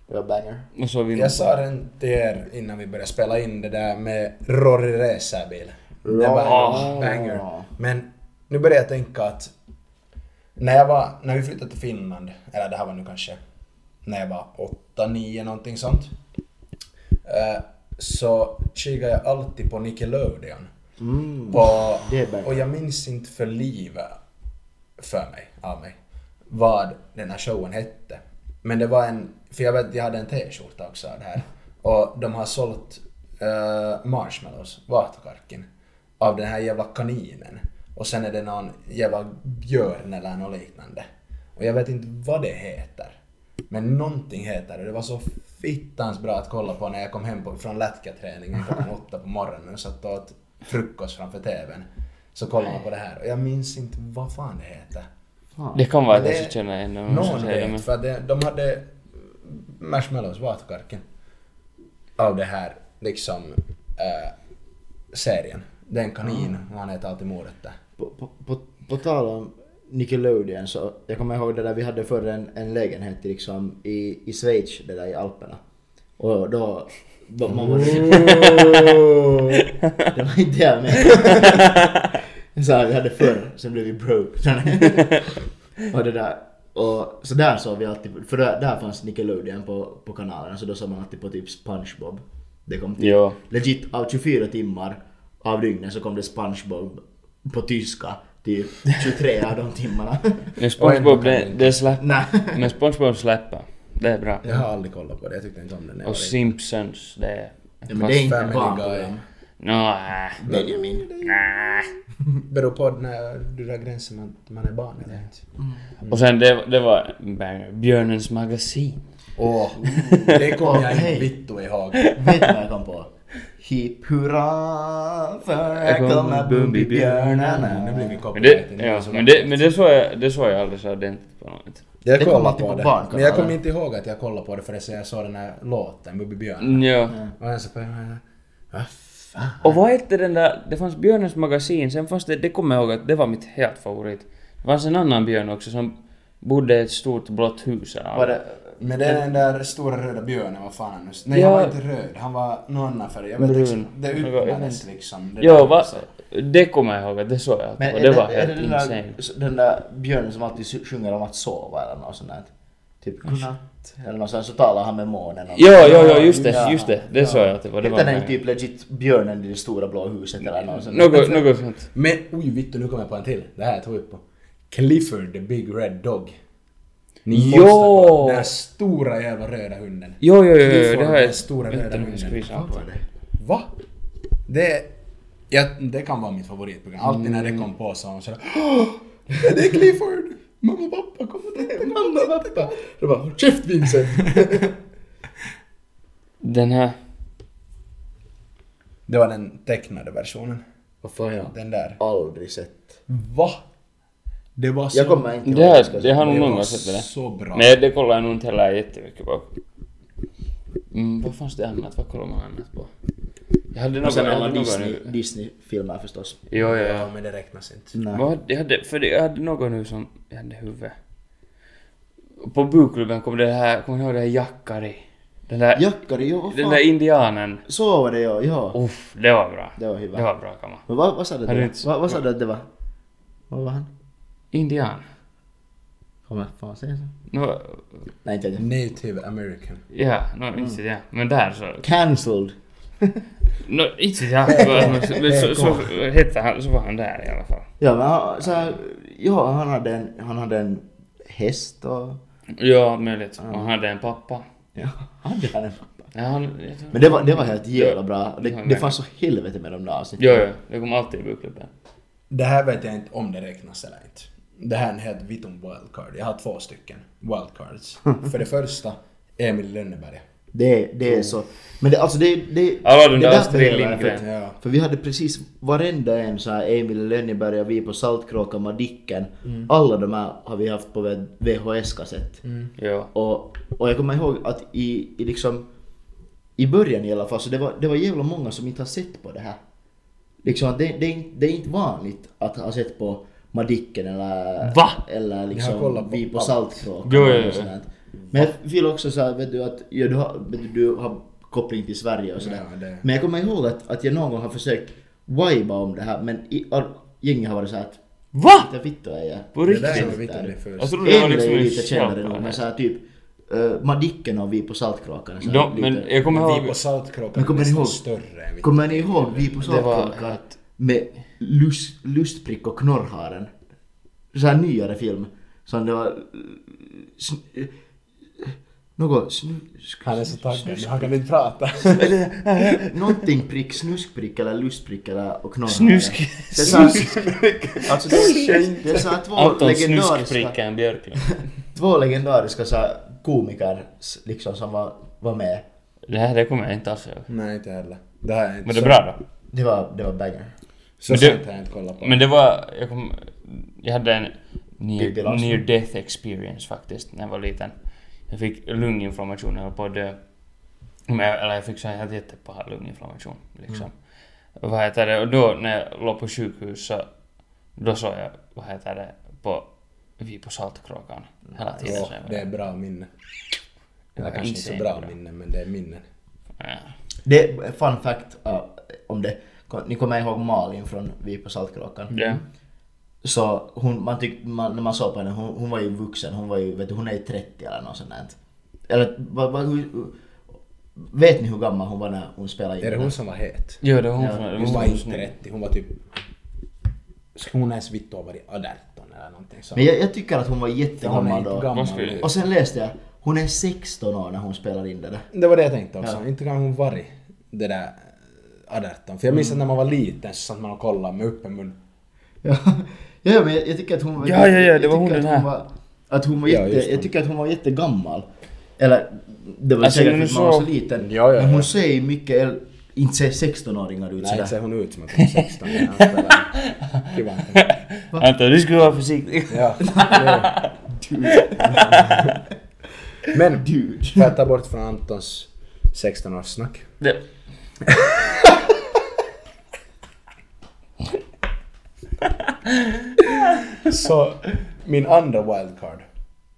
Ja. Det var banger. Och så vi... Jag sa den till er innan vi började spela in det där med Rory Racerbil. Det var en Ja. banger. Men nu börjar jag tänka att när, jag var, när vi flyttade till Finland, eller det här var nu kanske när jag var 8-9 någonting sånt. eh, Så kikade jag alltid på Nickelodeon. Mm. På, det är banger. och jag minns inte för livet för mig, av mig, vad den här showen hette. Men det var en, för jag vet, jag hade en t-skjorta också av det här. Och de har sålt eh, marshmallows, vatakarkin, av den här jävla kaninen. Och sen är det någon jävla björn eller något liknande. Och jag vet inte vad det heter. Men någonting heter det. Det var så fittans bra att kolla på när jag kom hem på, från lätkaträningen klockan åtta på morgonen och satt och åt frukost framför TVn. Så kollade man på det här och jag minns inte vad fan det heter. Det kan vara att Men jag det- ska känna igen det. om jag ska Någon säga det, vet, för att det, de hade marshmallows vatakarken av det här liksom äh, serien. Det är en kanin och han äter alltid morötter. På, på, på, på tal om Nickelodeon så jag kommer ihåg det där vi hade förr en, en lägenhet liksom i, i Schweiz, det där i Alperna. Och då... då man var, det var inte jag med. Så här, vi hade förr, sen blev vi broke. och det där. Och, så där såg vi alltid, för där, där fanns Nickelodeon på, på kanalen så då såg man alltid på typ SpongeBob. Det kom typ Jo. legit av 24 timmar av dygnet så kom det SpongeBob på tyska typ 23 av de timmarna. Men Spongebob, kan det, det släpper. Nej. Men Spongebob släpper. Det är bra. Jag har aldrig kollat på det, jag tyckte inte om det när jag Och var liten. Simpsons, det är... äh, Ja, men det är inte Family Guy. barnprogram. Nja, Benjamin. nja. Beror på när du drar gränsen man, man är barn eller inte. Och sen det, det var en banger. Björnens magasin. Åh, Mm. det kommer jag Okej. inte vittu ihåg. Vet du vad jag kom på? Hipp hurra för här kommer Nu Bumbibjörnarna. blir vi Men det, copyrighted. ja, men det, men det såg jag, det såg jag aldrig så ordentligt på något. Jag Det kom kollade alltid på på det. Men barnkanalen. jag kommer inte ihåg att jag Mm. kollade på det förrän jag såg den här låten, Bubi Björn. Ja. Och jag sa på mig, vad Och vad hette den där, det fanns Björnens magasin, sen fanns det, det kommer jag ihåg att det var mitt helt favorit. Det fanns en annan björn också som bodde i ett stort blått hus. eller Var det... Men det är den där stora röda björnen, vad fan är han nu? Nej, Ja. han var inte röd, han var någon annan färg. Jag vet Brun. inte, det Jag vet utmanades inte. liksom. Det Jo, där, va? så. det kommer jag ihåg att det såg jag Men på. är Det var är det helt den insane. där, den där björnen som alltid sy- sjunger om att sova eller något sånt där? Typ godnatt eller något sånt, så talar han med månen. och- Jo, jo, jo, just det, Ja. just det. Det såg jag att det var. Det var Heter den med. typ legit björnen i det stora blå huset eller något sånt? Något, något sånt. Men oj vittu, nu kommer jag på en till. Det här tror jag på. Clifford the Big Red Dog. Ni måste Jo! kolla. Den här stora jävla röda hunden. Jo, jo, jo, jo Clifford, det har jag... den stora Vänta röda nu, jag ska hunden. visa på det. Va? Det, ja, det kan vara mitt favoritprogram. Alltid när Mm. det kom på så var man sådär "Åh, Det är Clifford! Mamma och pappa kom och titta! Mamma och pappa! Då bara håll käft Vincent! Den här... det var den tecknade versionen. Vad fan jag Den där. aldrig sett. Va? Det var så... Jag kommer inte Det jag ska här, det säga. har nog det många var sett det där. så bra. Nej, det kollar jag nog inte heller jättemycket på. Mm, vad fanns det annat? Vad kollar man annat på? Jag hade Och någon... sen jag alla hade någon- Disney, Disney-filmer förstås. Jo, jo, jo. Ja, men det räknas inte. Nej. Vad hade, jag hade, för det- jag hade någon nu som... Jag hade huvudet. På bokklubben kom det här... Kommer ni ihåg det här Jackari? Den där... Jackari, ja vad den där fan. indianen. Så var det ja, ja. Uff, det var bra. Det var Det hyvä. var bra kamma. Men vad, vad sa du att Har du det inte- var? Vad, vad sa du att det var? Vad var han? Indian. Kommer jag få säga så? Nå, Nej inte vet jag. Native American. ja, nå, inte vet jag. Men där så... Cancelled. Nå, inte vet jag. Men så, men så, så hette han... Så var han där i alla fall. Ja men han- så här, ja, han hade en, han hade en häst och... Ja, möjligt. Och han hade en pappa. Ja, hade han en pappa? Ja, han, jag tror- Men det var, det var helt jävla bra. Ja, Det, det men- fanns så helvete med de där avsnitten. Jo, jo, det kom alltid i bokklubben. Det här vet jag inte om det räknas eller inte. Det här är en helt vittum wildcard. Jag har två stycken wildcards. För det första, Emil Lönneberga. Det, det är så. Men det, alltså det, det, Alla de det där därför Astrid det är värre, Lindgren. För, Ja. för vi hade precis varenda en så här Emil i Lönneberga, vi på Saltkråkan, Madicken. Alla de här har vi haft på V- VHS-kassett. Jo. Och, och jag kommer ihåg att i, i liksom i början i alla fall så det var, det var jävla många som inte har sett på det här. Liksom att det, det, är inte- det är inte vanligt att ha sett på Madicken eller, Va? eller Jag har liksom kollat på Vi på allt. Saltkråkan Jo, jo, eller jo. sånt där. Men jag vill också säga vet du att ja, du, har, vet du, du har koppling till Sverige och sådär. Ja, det- Men jag kommer ihåg att, att jag någon gång har försökt viba om det här men i, all, gänget har varit såhär att VA? inte vittu är jag. På Det där riktigt? var vittum det Jag första. trodde det var Emil liksom är ju en lite kändare nog, men skämt. såhär typ uh, Madicken och vi på Saltkråkan. så här De- lite- Men jag kommer Vi ihåg... på Saltkråkan Men är kommer ni nästan ihåg- större än vi. Kommer ni ihåg vi på Det var Saltkråkan att... med lust, Lustprick och Knorrharen? Så här nyare film. Som det var... eh, sn- eh, Något snu... sk- Han är så taggad, han kan inte prata. Någonting prick, snuskprick eller lustprick eller och Knorrharen. Snusk... Det är så här- Snuskprick. Alltså det är, det är så här två Anton legendariska... Snuskpricken Björklund. Två legendariska så här, komiker s- liksom som var, var med. Det här det kommer jag inte alls ihåg. Nej, inte heller. Det här är inte Men det är så- bra då. Det var, det var banger. Så Men det- sent har jag inte kollat på. Men det var... Jag, kom, jag hade en Pippi near, Långstrump. near death experience faktiskt när jag var liten. Jag fick lunginflammation, jag höll på att dö. Men, jag- eller jag fick så här jättepaha lunginflammation liksom. Mm. Vad heter det? Och då när jag låg på sjukhus så då såg jag, vad heter det, på Vi på Saltkråkan hela tiden. Ja, Så jag var- det är bra minne. Det var är kanske inte så insane bra bra. minne, men det är minnen. Ja. Det, fun fact ja, om det. Ni kommer ihåg Malin från Vi på Saltkråkan? Ja. Så hon, man tyckte, man, när man såg på henne, hon, hon var ju vuxen, hon var ju, vet du, hon är ju 30 eller något sånt där. Eller vad, vad, hur, Vet ni hur gammal hon var när hon spelade in Är det den? hon som var het? Jo, det var hon Ja, som... det Hon var hon inte som- 30, hon var typ... Skulle hon ens vittu ha varit 18 eller någonting sånt? Men jag, jag tycker att hon var Hon är jättegammal inte då. gammal Vad skulle- nu. Och sen läste jag, hon är 16 år när hon spelade in det där. Det var det jag tänkte också. Inte kan hon varit det där eh, 18. För jag minns att när man var liten så satt man och kollade med öppen mun. Ja, ja men jag, jag tycker att hon var... Ja, ja, ja, det jag tycker var att hon den här. var- Att hon var Ja, jätte, just jag det. tycker att hon var jättegammal. Eller, det var Alltså, säkert för men att så- man var så liten. Ja, ja, men hon ja. ser ju mycket, äl- inte ser 16-åringar ut Nej, inte ser sådär. hon ut som att hon är 16 när han spelar. Kiva. Anton, du skulle vara försiktig. Ja. Men, för att ta bort från Antons 16-årssnack. Det- Så min andra wildcard,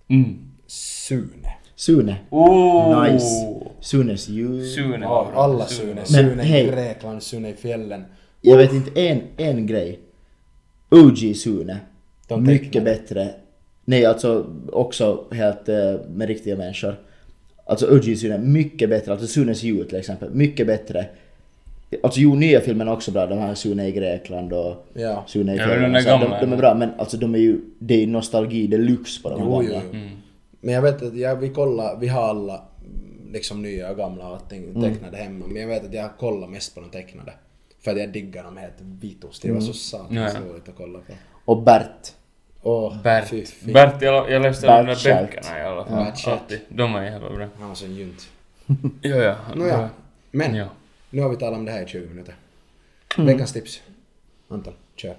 Mm. Sune. Sune. Ooh. Nice. Sunes jul. Oh. Sune. Av alla Sune. Men Sune i hej. Grekland, Sune i fjällen. Jag vet inte en, en grej. OG Sune. De Mycket tecknade. bättre. Nej, alltså också helt eh, med riktiga människor. Alltså OG Sune, mycket bättre. Alltså Sunes jul till exempel, mycket bättre. Alltså jo, nya filmen är också bra. De här Sune i Grekland och Ja. Sune i Ja, fjällen. men de där Så här, gamla, de, de är ja. bra, men alltså de är ju, det är ju nostalgi deluxe på de Jo, här jo, gamla. jo. Mm. Men jag vet att jag, vi kollar, vi har alla mm, liksom nya och gamla och allting Mm. tecknade hemma. Men jag vet att jag kollar mest på de tecknade. För att jag diggar dem helt vitost. Det var så Mm. satans Ja. roligt att kolla på. Och Bert. Åh, Bert. fy fy. Bert, jag, jag läste de där Bert Schalt. böckerna i alla fall. Bert Schalt. Alltid. De är jävla bra. Han var så gynt. Ja, ja. Nåja, men Ja. nu har vi talat om det här i 20 minuter. Mm. Veckans tips. Anton, kör.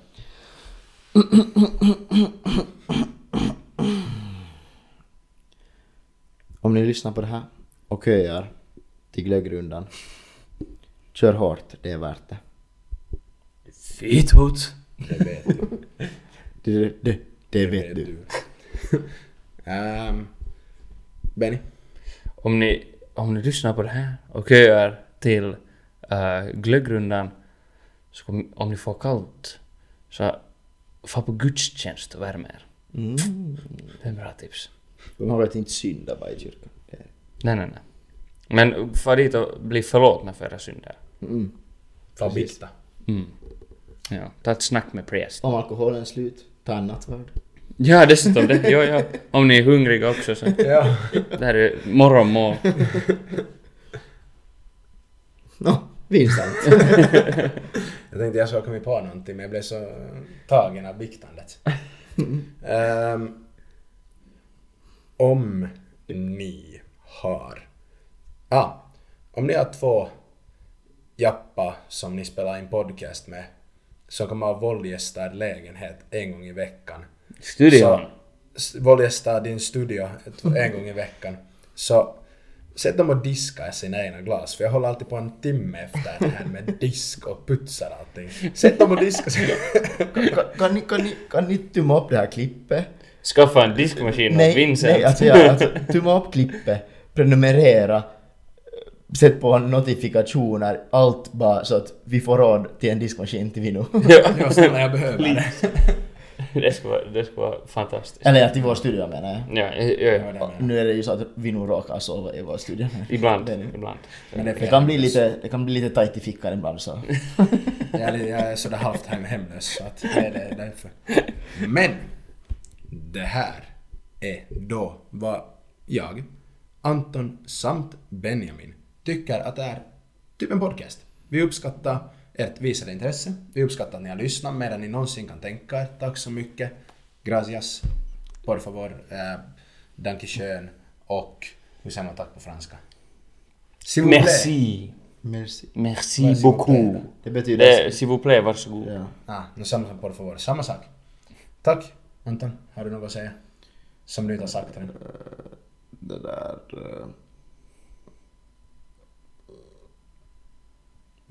Om ni lyssnar på det här och köar till glöggrundan. Kör hårt, det är värt det. Fitwood. Det vet du. Det, det, det Det vet du. Ehm, Benny? Om ni, om ni lyssnar på det här och köar till äh, glöggrundan, så kom, om ni får kallt, så få på gudstjänst och värme er. Mm. Det är en bra tips. Man vet inte synda bara i kyrkan. Det är- Nej, nej, nej. Men far dit och bli förlåtna för era synder. Mm. Fabista. Mm. Ja, ta ett snack med präst. Om alkoholen är slut, ta annat värd. Ja, dessutom det. Jo, ja. Om ni är hungriga också så. Ja. Det här är morgonmål. Nå, Vincent. Jag tänkte jag skulle komma på någonting men jag blev så tagen av biktandet. Ehm, om ni har... Ja, ah, om ni har två jappa som ni spelar in podcast med som kommer att våldgästa er lägenhet en gång i veckan. Studion. Så, s- våldgästa din studio ett- en gång i veckan. Så sätt dem och diska sina egna glas, för jag håller alltid på en timme efter det här med disk och putsar allting. Sätt dem och diska sina... kan, kan, ni, kan, ni, kan ni tumma upp det här klippet? Skaffa en diskmaskin åt Vincent. nej, alltså, jag, alltså tumma upp klippet, prenumerera, eh, sätt på notifikationer, allt bara så att vi får råd till en diskmaskin till Vino. Ja, snälla jag behöver det. Det skulle vara, det skulle vara fantastiskt. Eller ja, till vår studio menar jag. Ja, ja, Ja, ja. det menar jag. Nu är det ju så att Vino råkar sova i vår studio. Ibland. Det är nu. Ibland. Men det är Det fel. kan bli lite, det kan bli lite tajt i fickan ibland så. Jag är, lite- jag är sådär halvt hem hemlös, så att det är det är därför. Men! Det här är då vad jag, Anton samt Benjamin tycker att det är typ en podcast. Vi uppskattar ert visade intresse. Vi uppskattar att ni har lyssnat mer än ni någonsin kan tänka er. Tack så mycket. Gracias. Por favor. Eh, danke schön. Och hur säger man tack på franska? S'il vous plaît. Merci. Merci. Merci beaucoup. Det betyder... Det är, Eh, s'il vous plaît, varsågod. Ja. Ah, no samma sak, por favor. Samma sak. Tack. Anton, har du något att säga? Som du inte har sagt än. Eh, det där... eh,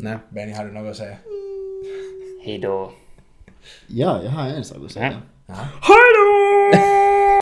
Nej, Benny, har du något att säga? Hej då. Ja, jag har en sak att säga. Ja. Ja. Hej